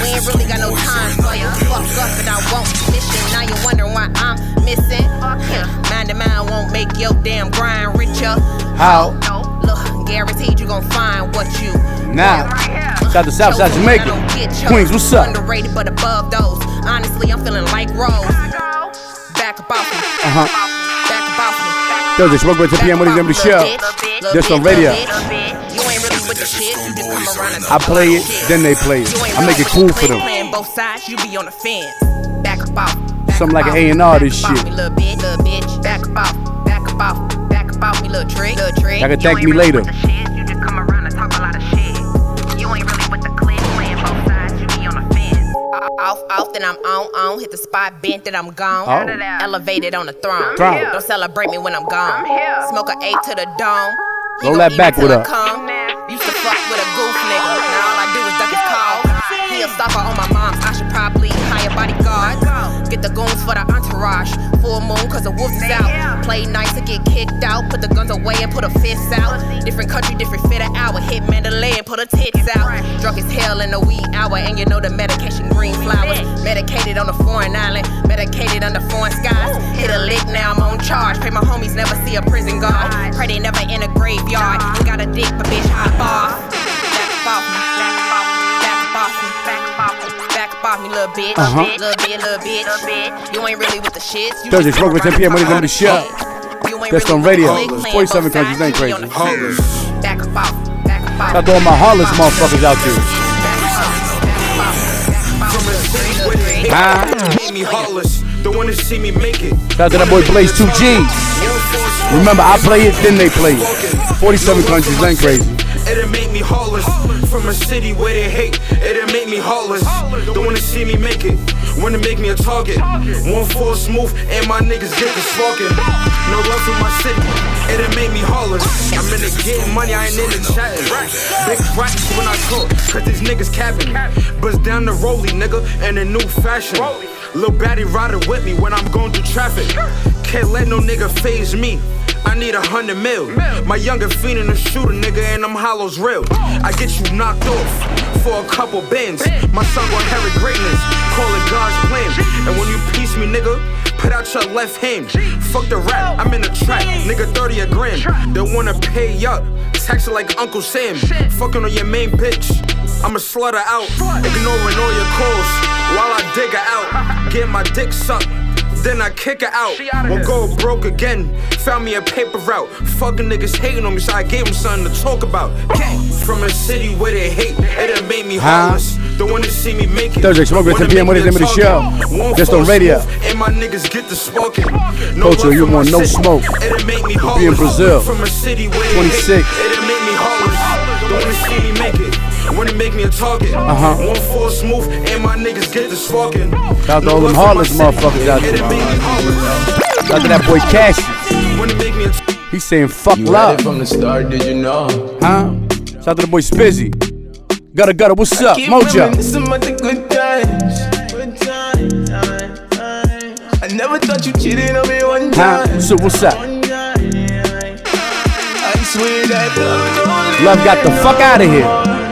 we ain't really got no time for ya. Fuck up and I won't miss you. Now you're wondering why I'm missing. Yeah, mind and mind won't make your damn grind richer. How? No, look, guaranteed you gon' find what you. Now, shout out to Southside Jamaica. Queens, what's up? Underrated but above those. Honestly, I'm feeling like Rose. Back up off me. Uh huh. Thursday, smoke with the PM. What is the name of the show? This on radio. You ain't really with the shit. You just come around and I play it, then they play it. I make it cool for them. Playing both sides, you be on the fence. Back up off. Something like an A&R, this shit. me, little bitch, little bitch. Back up off, back up off, back up off me, little trick, little trick. Y'all can You thank ain't me really later. with the shit, You just come around and talk a lot of shit. You ain't really with the clip, playing both sides, you be on the fence. O- Off, off, then I'm on, on. Hit the spot, bent, then I'm gone. Oh. Elevated on the throne. I'm here. Don't celebrate me when I'm gone. Smoke a eight to the dome. Roll that back with her. Come. Used to fuck with a goof nigga. Now all I do is duck his call. He a stalker on my mom. I should probably hire bodyguards. Get the goons for the entourage. Full moon, cause the wolf is out. Play nice and get kicked out. Put the guns away and put a fist out. Different country, different fit of hour. Hit Mandalay and put her tits out. Drunk as hell in the wee hour. And you know the medication green flowers. Medicated on a foreign island. Medicated under foreign skies. Hit a lick, now I'm on charge. Pray my homies never see a prison guard. Pray they never in a graveyard. You got a dick, but bitch, hop off. Back up off me, back up off me, back up off me, back up off me, back up off me, little bitch. Uh-huh. Little bitch, little bitch, little bitch. You ain't really with the shits. You Thursday, just smoke with around 10 p.m. What is the name of the show? talking That's on radio. 47 countries, ain't crazy. Shout about- Back up off, back up off. out to all my heartless motherfuckers out there. Huh? Made me heartless. Don't wanna see me make it. Shout out to that boy Blaze 2G. Remember, I play it, then they play it. 47 countries, ain't crazy. It'll make me heartless. From a city where they hate. It'll make me heartless. Don't wanna see me make it. Wanna make me a target. One false move and my niggas get the sparking. No love for my city. It'll make me heartless. I'm in the getting money, I ain't in the chatting. Big racks when I talk, cause these niggas capping. Bust down the rollie, nigga, in a new fashion. Lil' baddie riding with me when I'm going through traffic. Can't let no nigga phase me. I need a hundred mil. My younger fiend and a shooter, nigga, and them hollows real. I get you knocked off for a couple bins. My son gon' inherit greatness, call it God's plan. And when you piece me, nigga, put out your left hand. Fuck the rap, I'm in the trap, nigga, 30 a gram. They wanna pay up, tax it like Uncle Sam. Fucking on your main bitch, I'ma slaughter out. Ignoring all your calls while I dig her out. Get my dick sucked. Then I kick her out. Won't go broke again. Found me a paper route. Fucking niggas hating on me, so I gave them something to talk about. Gang. From a city where they hate, it done made me Huh? heartless. Don't wanna see me make it. Thursday, smoke with 10 p.m. What is the name of the Target. show? One Just on false radio. move, And my niggas get the smoking. No Culture, love you for my want no city. smoke. It'll make me We'll be in heartless. Brazil. From a city where they hate, 26. It'll make me heartless. Don't wanna see me make it. Wanna make me a target. Uh-huh. One false move, and my niggas get the smoking. Shout out to all them heartless motherfuckers out there. Shout out to that boy Cassius. He's saying fuck love. from the start, did you know? Huh? Shout out to the boy Spizzy. Gutter gutter, what's up? Mojo. good times. I never thought you cheated on me one time. Huh? So what's up? I swear that love Love got the fuck out of here.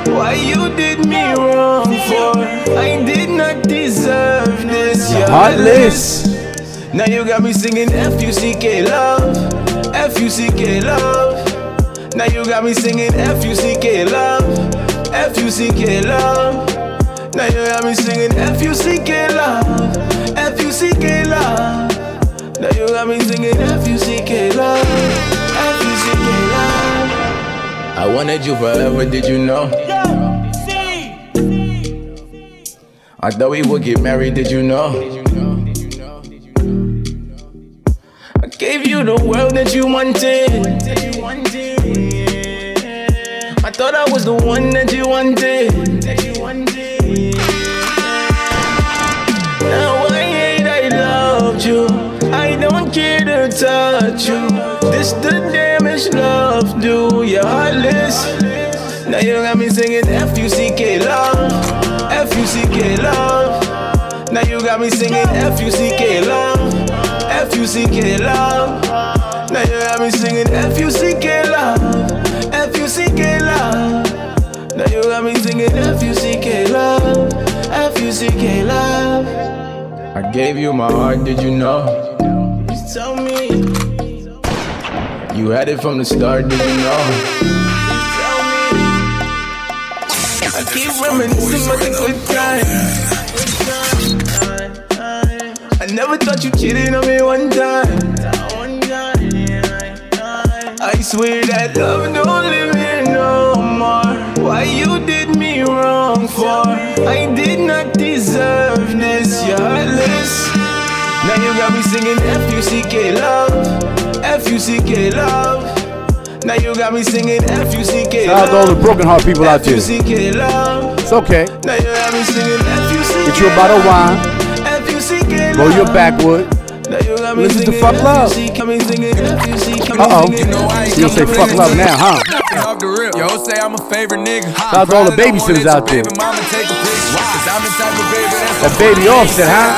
don't Why you did me wrong for? I did not deserve this. You're your heartless. love. Now you got me singing F-U-C-K love. F-U-C-K love. Now you got me singing F-U-C-K love. F-U-C-K love. Now you got me singing F-U-C-K love, F-U-C-K love. Now you got me singing F-U-C-K love, F-U-C-K love. I wanted you forever, did you know? I thought we would get married, did you know? I gave you the world that you wanted. I thought I was the one that you wanted. Now I hate I loved you. I don't care to touch you. This the damage love do. You're heartless. Now you got me singing F U C K love, F U C K love. Now you got me singing F U C K love, F U C K love. Now you got me singing F U C K love, F U C K love. Now you got me singing F U C K love, F U C K love. I gave you my heart, did you know? You tell me you had it from the start, did you know? I keep reminiscing about the good times. I never thought you cheated on me one time. I swear that love don't live here no more. Why you did me wrong for? I did not deserve this. You're heartless. Now you got me singing F U C K love, F U C K love. Now you got me singing F U C K Shout out to all love, the broken heart people out there. F.U.C.K. love. It's okay. Now you got me singing F-U-C-K Get you a bottle of wine, F-U-C-K roll your backwood. Now you got me Listen to singing Fuck Love. F-U-C-K, me singing F-U-C-K, me Uh oh. singing You gonna say fuck love now, huh? Off the rip, yo, say I'm a favorite nigga. Shout out to all the babysitters out there. That baby offset, huh?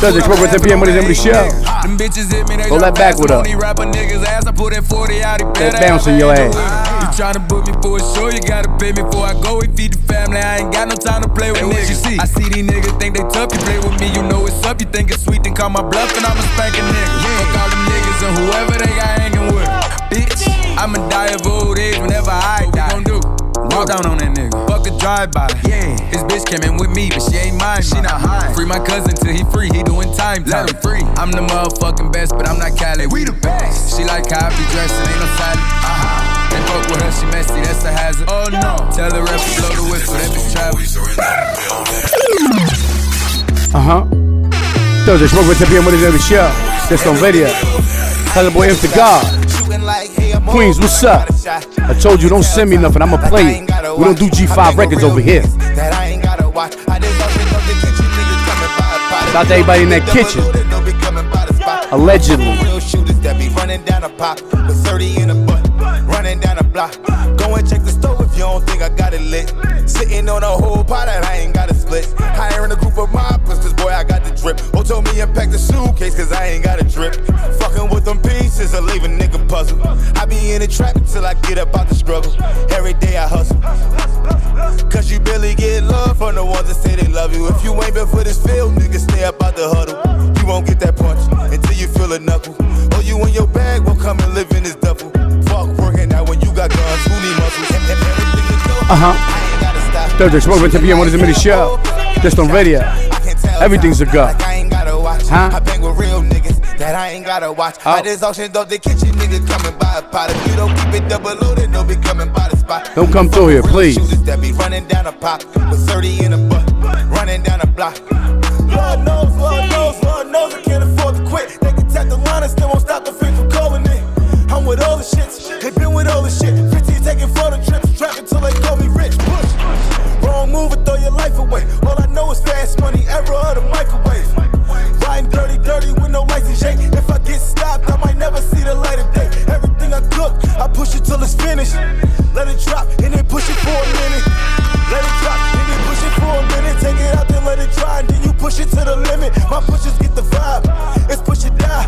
Thursday, 12 with 10 p.m. Monday, Monday show. Them bitches hit me, they Roll that backwood up. only rapper niggas ass. I put that 40 out, he That better bounce in your ass. You tryna book me for a show, you gotta pay me before I go. We feed the family, I ain't got no time to play with niggas. I see these niggas think they tough, you play with me, you know it's up. You think it's sweet, then call my bluff, and I'ma spank a nigga. Fuck all them niggas and whoever they got hanging with. Bitch, I'ma die of old age whenever I die. What we gon' do? Walk down on that nigga. Fuck a drive by. Yeah. His bitch came in with me, but she ain't mine. She not high. Free my cousin till he free. He doing time. Let him free. I'm the motherfucking best, but I'm not Cali. We the best. She like how I be dressing, ain't no salad. Uh huh. They fuck with her, she messy, that's a hazard. Oh no. Tell the ref to blow the whistle, that bitch travel. Uh huh. Thursday, 12 with 10 p.m. Monday, Monday show. Just on video. Tell the boy, it's the God. Queens, what's up? I told you, don't send me nothing. I'ma play it. We don't do G5 records over here. That I ain't gotta watch. I just up in the kitchen, niggas coming by the pot. Shout out to everybody in that kitchen. Allegedly. Real shooters that be running down a pop with 30 in a butt, running down a block. Go and check the stove if you don't think I got it lit. Sitting on a whole pot that I ain't got a split. Hiring a group of moppers, cause boy, I got the drip. Oh, told me and pack the suitcase, cause I ain't got a drip. Fucking with them pieces, I leave a nigga puzzled. I be in the trap until I get up out the struggle. Every day I hustle. Cause you barely get love from the ones that say they love you. If you ain't been for this field, nigga, stay up out the huddle. You won't get that punch until you feel a knuckle. Or you in your bag will come and live in this duffel. Fuck working out when you got guns, who need muscles? And- and everything you know, Uh huh. Thursday, 12 with 10 p.m. Monday, Monday show. Just on radio. Everything's a God. I ain't gotta watch. Huh? Oh. I bang with real niggas that I ain't gotta watch. I just auctioned off the kitchen, nigga, coming by a pot. If you don't keep it double loaded, no be coming by the spot. Don't come through here, please. Shooters that be running down a pop with 30 in a butt, running down a block. Lord knows, Lord knows, Lord knows I can't afford to quit. They can tap the line and still won't stop the fit from calling it. I'm with all the shits, they been with all the shit. 15 taking photo trips, trapping till they call me rich. Push, wrong move or throw your life away. All I know is fast money, era of the microwave. Riding dirty, dirty with no license, Jake. If I get stopped, I might never see the light of day. Everything I cook, I push it till it's finished. Let it drop and then push it for a minute. Let it drop and then push it for a minute. Take it out, then let it dry, and then you push it to the limit. My pushes get the vibe. It's push it down.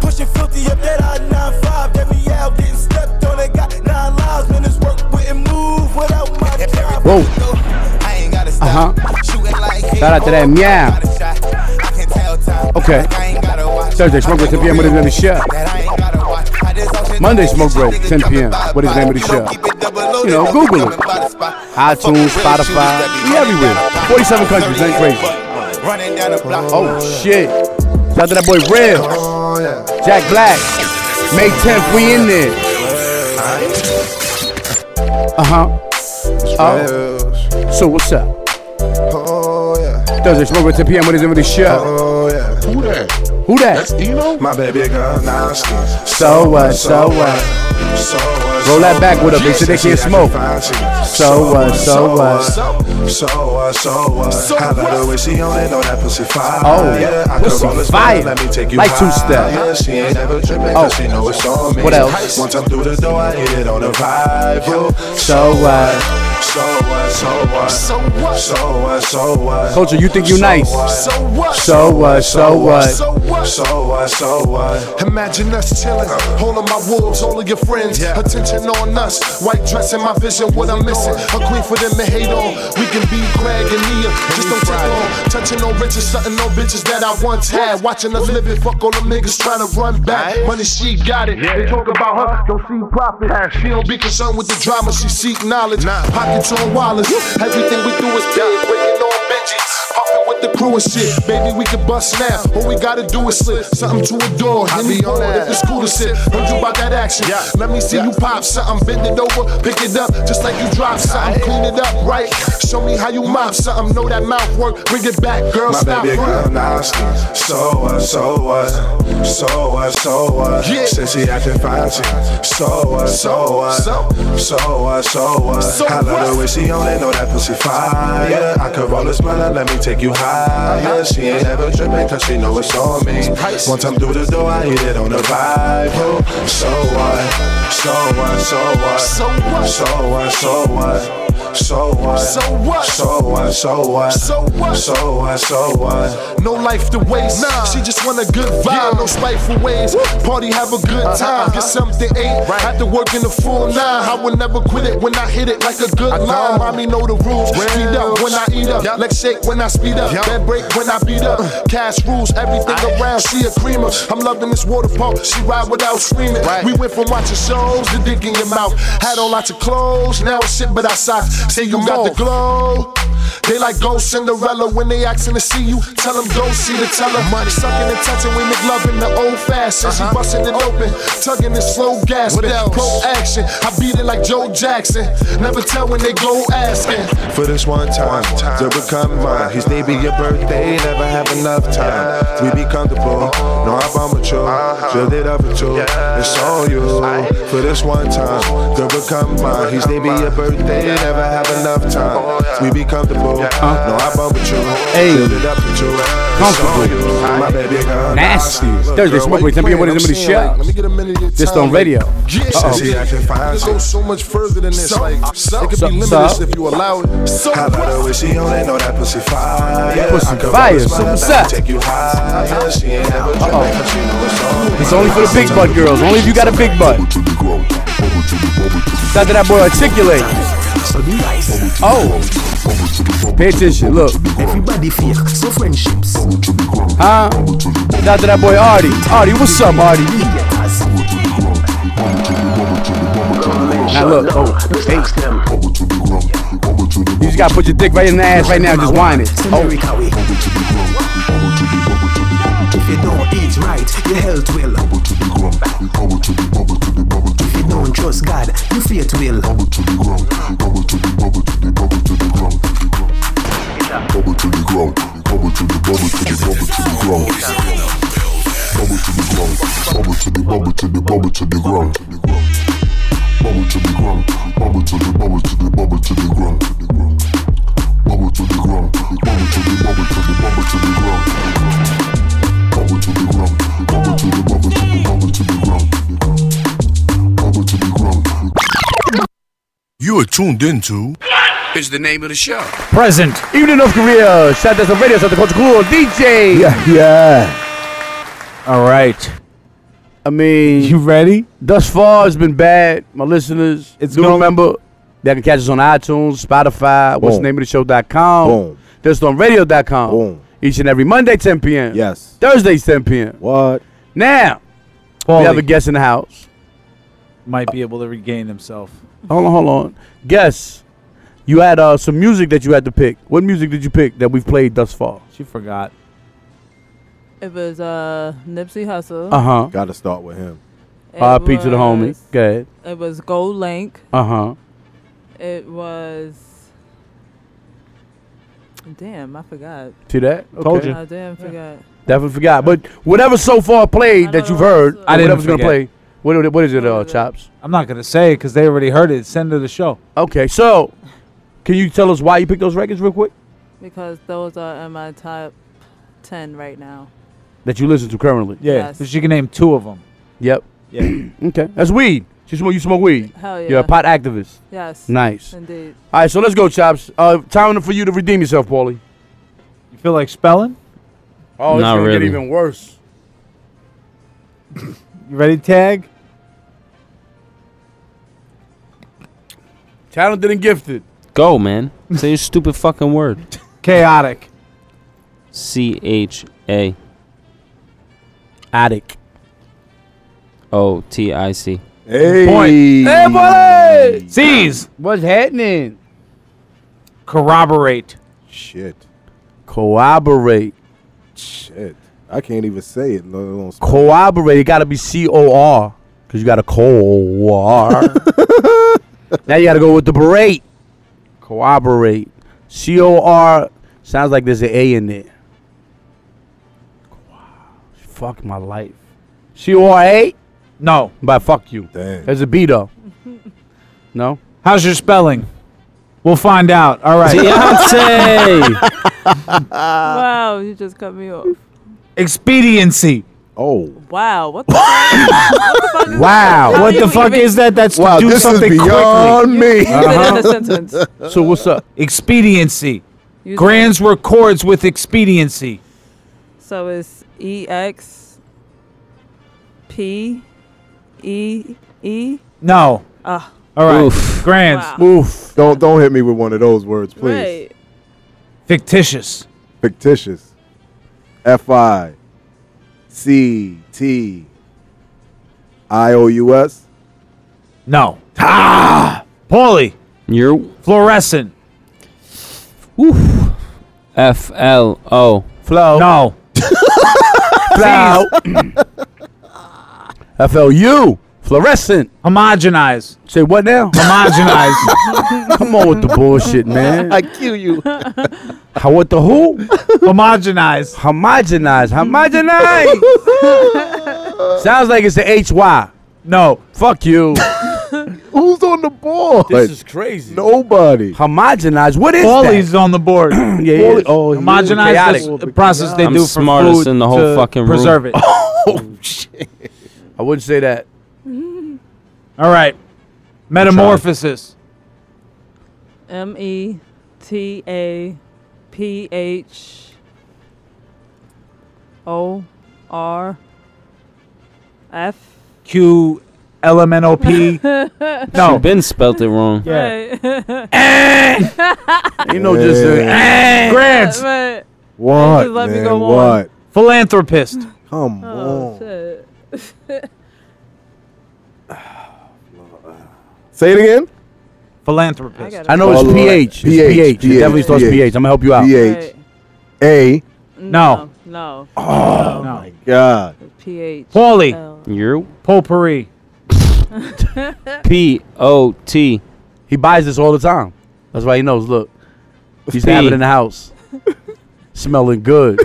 Pushing 50 up that I 95. That me out getting stepped on. They got nine lives. Man, this work wouldn't move without my drive. Whoa. I ain't gotta Uh huh. Shooting like Shout out to that meow. I can tell time. Okay. Thursday, smoke break 10 p.m. What is the name of the show? Monday, smoke break 10 p.m. What is the name of the show? You know, Google it. iTunes, Spotify, we everywhere. 47 countries, ain't crazy. Oh shit! Shout out to that boy Real, Jack Black, May 10th, we in there. Uh huh. Oh. So what's up? Thursday smoke at 10 p.m. What is it with the show? Who that? Who that? That's Eno? My baby girl, nasty. So what? So what? So what? Roll that back with them. They said they can't smoke. So what? So what? So what? So what? I love the way she only know that pussy fire. Oh, yeah, I pussy could roll this fire. fire. Let me take you Like two high. step. Yeah, she ain't never tripping 'cause she know it's on me. What else? Once I'm through the door, I hit it on the vibe. Yo. So what? So what? So what? So what? So what? So what? Culture, you think you nice? So what? So what? So what? So what? So what? So what? Uh. Imagine us chilling, all of my wolves, all of your friends. Attention on us, white dress in my vision, what I'm missing. A queen for them to hate on. We can be Craig and Nia, just don't take on. Touching on riches, something on bitches that I once had. Watching us live it, fuck all them niggas trying to run back. Money she got it, they talk about her, don't see profit. She don't be concerned with the drama, she seek knowledge. Pockets on wallets, everything we do is big, breaking on Benjis. Huffing with the crew and shit. Baby, we can bust now. All we gotta do is slip something to a door. Hit me on if it's cool to sit. Heard you about that action. Let me see you pop something. Bend it over, pick it up, just like you drop something. Clean it up, right? Show me how you mop something. Know that mouth work. Bring it back, girl. My stop baby girl running. nasty. So what? So what? So what? So what? Says she acting fancy. So what? So what? So what? So what? I love the way she only know that pussy fire. I could roll this mother, let me take you higher. She ain't ever tripping 'cause she know Uh-huh. it's on me. Once I'm through the door, I hit it on the vibe. Oh, So what? So what? So what? So what? So what? So what? So what? So what? So what? So So what? what? So what? So what? No life to waste. Nah. She just want a good vibe, no spiteful ways. Party, have a good time. Get something ate. Uh-huh, Right. After working the full nine, I will never quit it when I hit it like a good line. Mommy know the rules. Speed up when I eat up. Leg shake when I speed up. Bed break when I beat up. Cash rules everything around. She a creamer. I'm loving this water park. She ride without screaming. We went from watching shows to dick in your mouth. Had on lots of clothes. Now it's shit but I socks. Say you got the glow. They like Ghost Cinderella when they asking to see you. Tell them go see the teller. Money sucking and touching, we make love in the old fashion. She busting it open, tugging it slow gas. What Pro action, I beat it like Joe Jackson. Never tell when they go asking. For this one time, to become mine. His day be your birthday, never have enough time. We be comfortable, no, I'm mature. Uh-huh. Build it up with you, it's all you. For this one time, to become mine. His day be your birthday, never have enough Oh, time. We be comfortable, no, I'm with you. Build it up with you, it's all you. My baby girl, Nasty. Thursday smoke with 10 p.m. What is it with the show? Just on radio. Uh-oh. It goes so much further than this. Like, it could so- be limitless so- if you allow it. So I love the way she only know that pussy fire. That pussy I could roll fire, this so mother, what's let me up? Take you higher. She ain't never tripping 'cause she know it's on me. It's only for the big butt girls. Only if you got a big butt. Shout out to that boy Articulate. Oh. Pay attention. Look. Everybody fake, so friendships. Huh? Shout out to that boy Artie. Artie, what's up, Artie? Now look. Oh. Hey. You just gotta put your dick right in the ass right now and just whine it. Oh. If you don't eat right, your health will. If you don't trust God, your faith will. Bubble to the ground, bubble to the bubble to the bubble to the ground. Bubble to the ground, bubble to the bubble to the bubble to the ground. Bubble to the ground, bubble to the bubble to the bubble to the ground. Bubble to the ground, bubble to the bubble to the bubble to the ground. Bubble to the ground, bubble to the bubble to the bubble to the ground. Bubble to the ground. You are tuned into. Is the name of the show. Present. Even in North Korea. Shout out to the radio. Shout out to Culture Cool. DJ. Yeah. Yeah. All right. I mean, you ready? Thus far, it's been bad. My listeners, do remember they can catch us on iTunes, Spotify, what's the Boom. name of the show.com. Boom. Just on radio.com. Boom. Each and every Monday, 10 p.m. Yes. Thursdays, 10 p.m. What? Now, we have a Paulie. guest in the house. Might be able to regain himself. Hold on, hold on. Guess You had uh, some music that you had to pick. What music did you pick that we've played thus far? She forgot. It was uh, Nipsey Hussle. Uh huh. Got to start with him. RP to the homie. Go ahead. It was Gold Link. Uh huh. It was. Damn, I forgot. See that? Told you. I damn forgot. Definitely forgot. But whatever so far played that you've heard, I didn't whatever's gonna forget. play. What, what- what is it, uh, Chops? I'm not gonna say it because they already heard it. Send her the show. Okay, so can you tell us why you picked those records real quick Because those are in my top 10 right now. that you listen to currently? Yeah, Yes. so she can name two of them. Yep. Yeah. okay, that's weed. You smoke, you smoke weed. Hell You're yeah. a pot activist. Yes, Nice. indeed. All right, so let's go, Chops. Uh, time for you to redeem yourself, Paulie. You feel like spelling? Oh, it's Not gonna really. get even worse. You ready? Tag. Talented and gifted. Go, man. Say your stupid fucking word. Chaotic. C H A Attic. O T I C. Hey. Point. Hey, Paulie. Seize. What's happening? Corroborate. Shit. Corroborate. Shit. I can't even say it. Let alone spell Corroborate. It got to be C O R because you got a cor. now you got to go with the berate. Corroborate. C O R sounds like there's an A in there. Fuck my life. C O R A? No. But fuck you. Damn. There's a B though. No. How's your spelling? We'll find out. All right. Deontay. wow, you just cut me off. Expediency. Oh. Wow, what the fuck? Wow. What the fuck is that? That's to do something quickly. Uh-huh. You did it in a sentence. So what's up? Expediency. You Grands records with expediency. So it's E X P E E. No. Ah. All right. Oof. Grands. Oof. Don't don't hit me with one of those words, please. Right. Fictitious. Fictitious. F I C T I O U S. No. Ah. Paulie. You're fluorescent. F L O. Flow. No. Flow. F L U. Fluorescent. Homogenize. Say what now? Homogenize. Come on with the bullshit, man. I kill you. How what the who? Homogenize. Homogenize. Homogenize. Sounds like it's a H Y. No. Fuck you. Who's on the board? This is crazy. Nobody. Homogenize. What is Paulie's on the board. that? Yeah, yeah. Oh, yeah. Homogenize Chaotic. is the process they I'm do for smartest food in the whole to fucking room. preserve it. Oh shit. I wouldn't say that. All right. Metamorphosis. M E T A P H O R F. Q L M N O P. She No. been spelt it wrong. Yeah. You know, just Eh, Grants. Right. What? Just let me man? go on. what? Philanthropist. Come Oh, on. shit. Say it again. Philanthropist. I know it's Follow it. pH. It's PH, pH. It PH, definitely starts PH. pH. I'm gonna help you out. B H A. No. No. Oh No. my God. P H. Paulie. L. You. Potpourri. P O T. He buys this all the time. That's why he knows. Look, he's P. have it in the house, smelling good.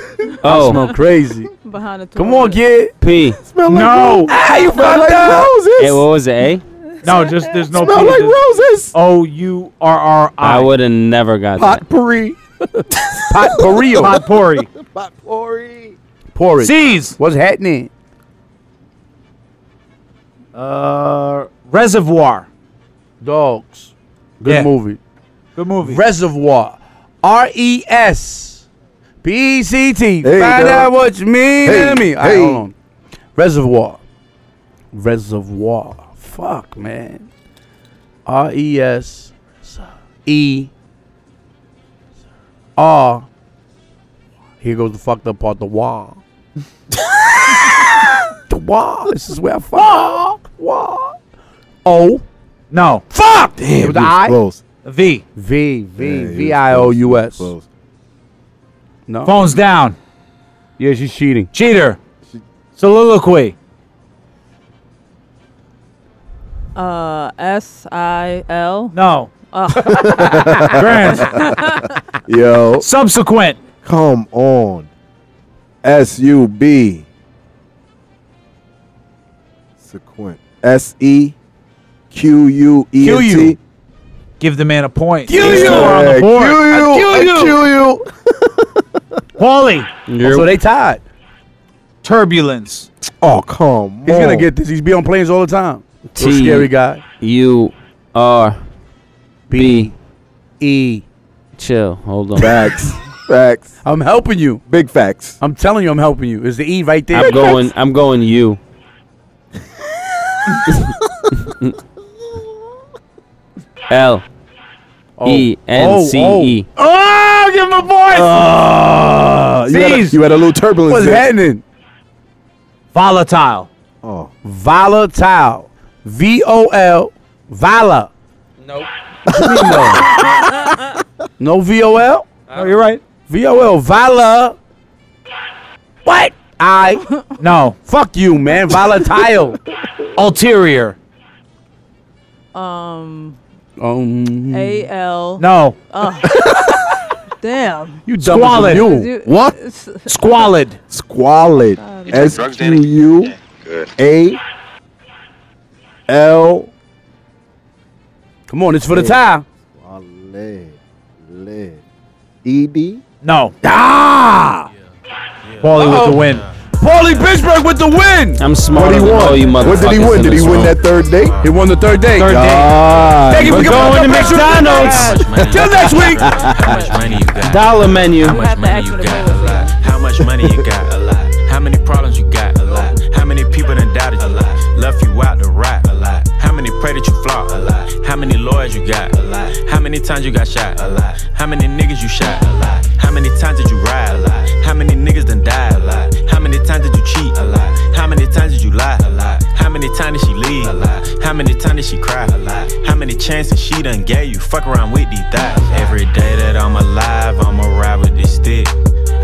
Oh. I smell crazy. Behind the toilet. Come on, kid. P. No. How you Smell found like out? Hey, roses. what was it? A? No, just there's no Smell like roses. O U R R I I. would have never got that. Potpourri. Potpourri. Potpourri. Potpourri. Porridge. C's. What's happening? Uh, Reservoir. Dogs. Good Yeah. movie. Good movie. Reservoir. R E S P E C T. There Find you go. out what you mean Hey, to me. All right, hey. hold on. Reservoir. Reservoir. Fuck, man. R E S E R. Here goes the fucked up part. The wah. the wah. This is where I fuck. Wah. O. no. Fuck. Damn, With the you was I. close. V. V. V. Yeah, V. I. O. U. S. No. Phones down. Yeah, she's cheating. Cheater. E Soliloquy. Uh, S I L. No. Oh. Yo. Subsequent. Come on. S U B. Sequent. S E Q U E Q N you. T. Give the man a point. Q He's still you. on the Yeah, board. Q you. I I Q you. Paulie. Oh, So they tied. Turbulence. Oh come He's gonna get this. He's be on planes all the time. Little T Scary guy. U R B E. Chill. Hold on. Facts. Facts. I'm helping you. Big facts. I'm telling you, I'm helping you. Is the E right there? I'm going. I'm going. U. L E N C E. Ah. Oh, give him a point. Uh, you, had a, Jeez. you had a little turbulence. What's there. happening? Volatile. Oh. Volatile. V O L. Vola. Nope. no V O L? Oh, you're right. V O L. Vola. What? I. No. Fuck you, man. Volatile. Ulterior. um, Um. A L. No. Oh. Damn. You dumb as a Squalid. mule. Is you- What? Squalid. Squalid. S Q U A L. Come on, it's for the tie. Squalid. Lid. E D. No. Ah! Paulie with the win. Paulie Pittsburgh with the win. I'm smarter What he than won? all you motherfuckers. What did he win? in Did he this win room. that third day? He won the third day. Third God. day. We're going to McDonald's. Till next week. How much money you got? Dollar menu. How much money you got? A lot. How much money you got? A lot. How many problems you got? A lot. How many people done doubted you? A lot. Left you out to rot? A lot. How many pray that you flop? A lot. How many lawyers you got? A lot. How many times you got shot? A lot. How many niggas you shot? A lot. How many times did you ride? A lot. How many niggas done died? A lot. How many times did you cheat? A lot. How many times did you lie? A lot. How many times did she leave? A lot. How many times did she cry? A lot. How many chances she done gave you? Fuck around with these thighs. Every day that I'm alive, I'ma ride with this stick.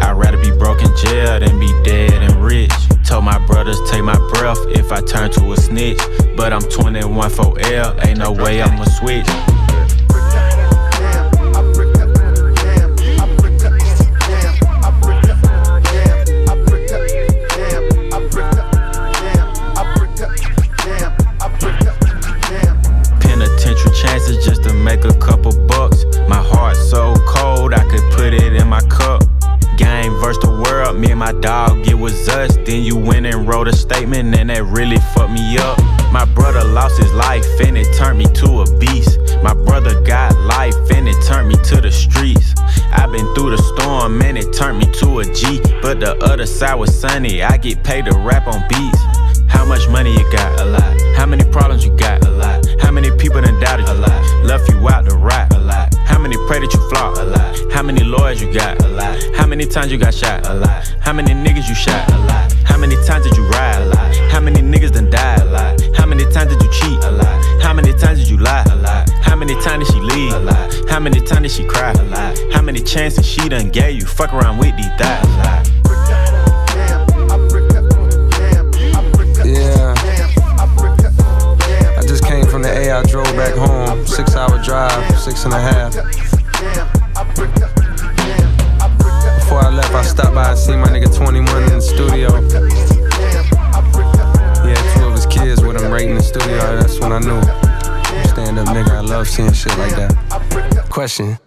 I'd rather be broke in jail than be dead and rich. Told my brothers take my breath if I turn to a snitch. But I'm 21 for L, ain't no way I'ma switch. Penitential chances just to make a couple bucks. My heart so cold, I could put it in my cup. Game versus the world, me and my dog, it was us. Then you went and wrote a statement, and that really fucked me up. My brother lost his life, and it turned me to a beast. My brother got life, and it turned me to the streets. I've been through the storm, and it turned me to a G. But the other side was sunny, I get paid to rap on beats. How much money you got? A lot. How many problems you got? A lot. How many people done doubted you? A lot. Left you out to rot? A lot. How many pray that you flop? A lot. How many lawyers you got? A lot. How many times you got shot? A lot. How many niggas you shot? A lot. How many times did you ride? A lot. How many niggas done died? A lot. How many times did you cheat? A lot. How many times did you lie? A lot. How many times did she leave? A lot. How many times did she cry? A lot. How many chances she done gave you? Fuck around with these thighs. A lot. Yeah. I just came from the A. I drove back home. Six hour drive, six and a half. Before I left, I stopped by and seen my nigga 21 in the studio. Yeah, two of his kids with him right in the studio. That's when I knew. Stand up nigga, I love seeing shit like that. Question.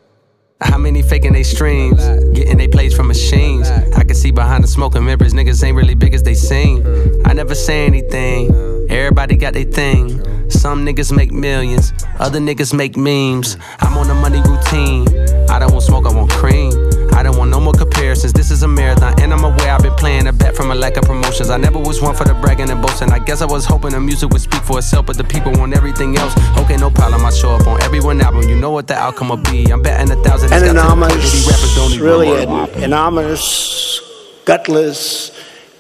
How many faking they streams? Getting they plays from machines. I can see behind the smoking mirrors, niggas ain't really big as they seem. I never say anything. Everybody got their thing. Some niggas make millions, other niggas make memes. I'm on a money routine. I don't want smoke, I want cream. I don't want no more comparisons. This is a marathon, and I'm aware I've been playing a bet from a lack of promotions. I never was one for the bragging and boasting. I guess I was hoping the music would speak for itself, but the people want everything else. Okay, no problem. I show up on everyone album. You know what the outcome will be. I'm betting a thousand. an It's got to the point that these rappers don't anomalous, even really work. an, an ominous, gutless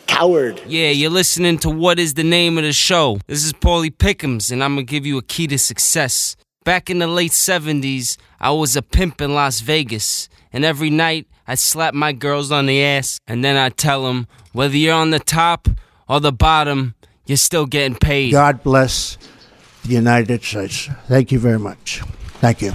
coward. Yeah, you're listening to What is the Name of the Show? This is Paulie Pickums, and I'm gonna give you a key to success. Back in the late 70s, I was a pimp in Las Vegas, and every night I'd slap my girls on the ass, and then I'd tell them whether you're on the top or the bottom, you're still getting paid. God bless the United States. Thank you very much. Thank you.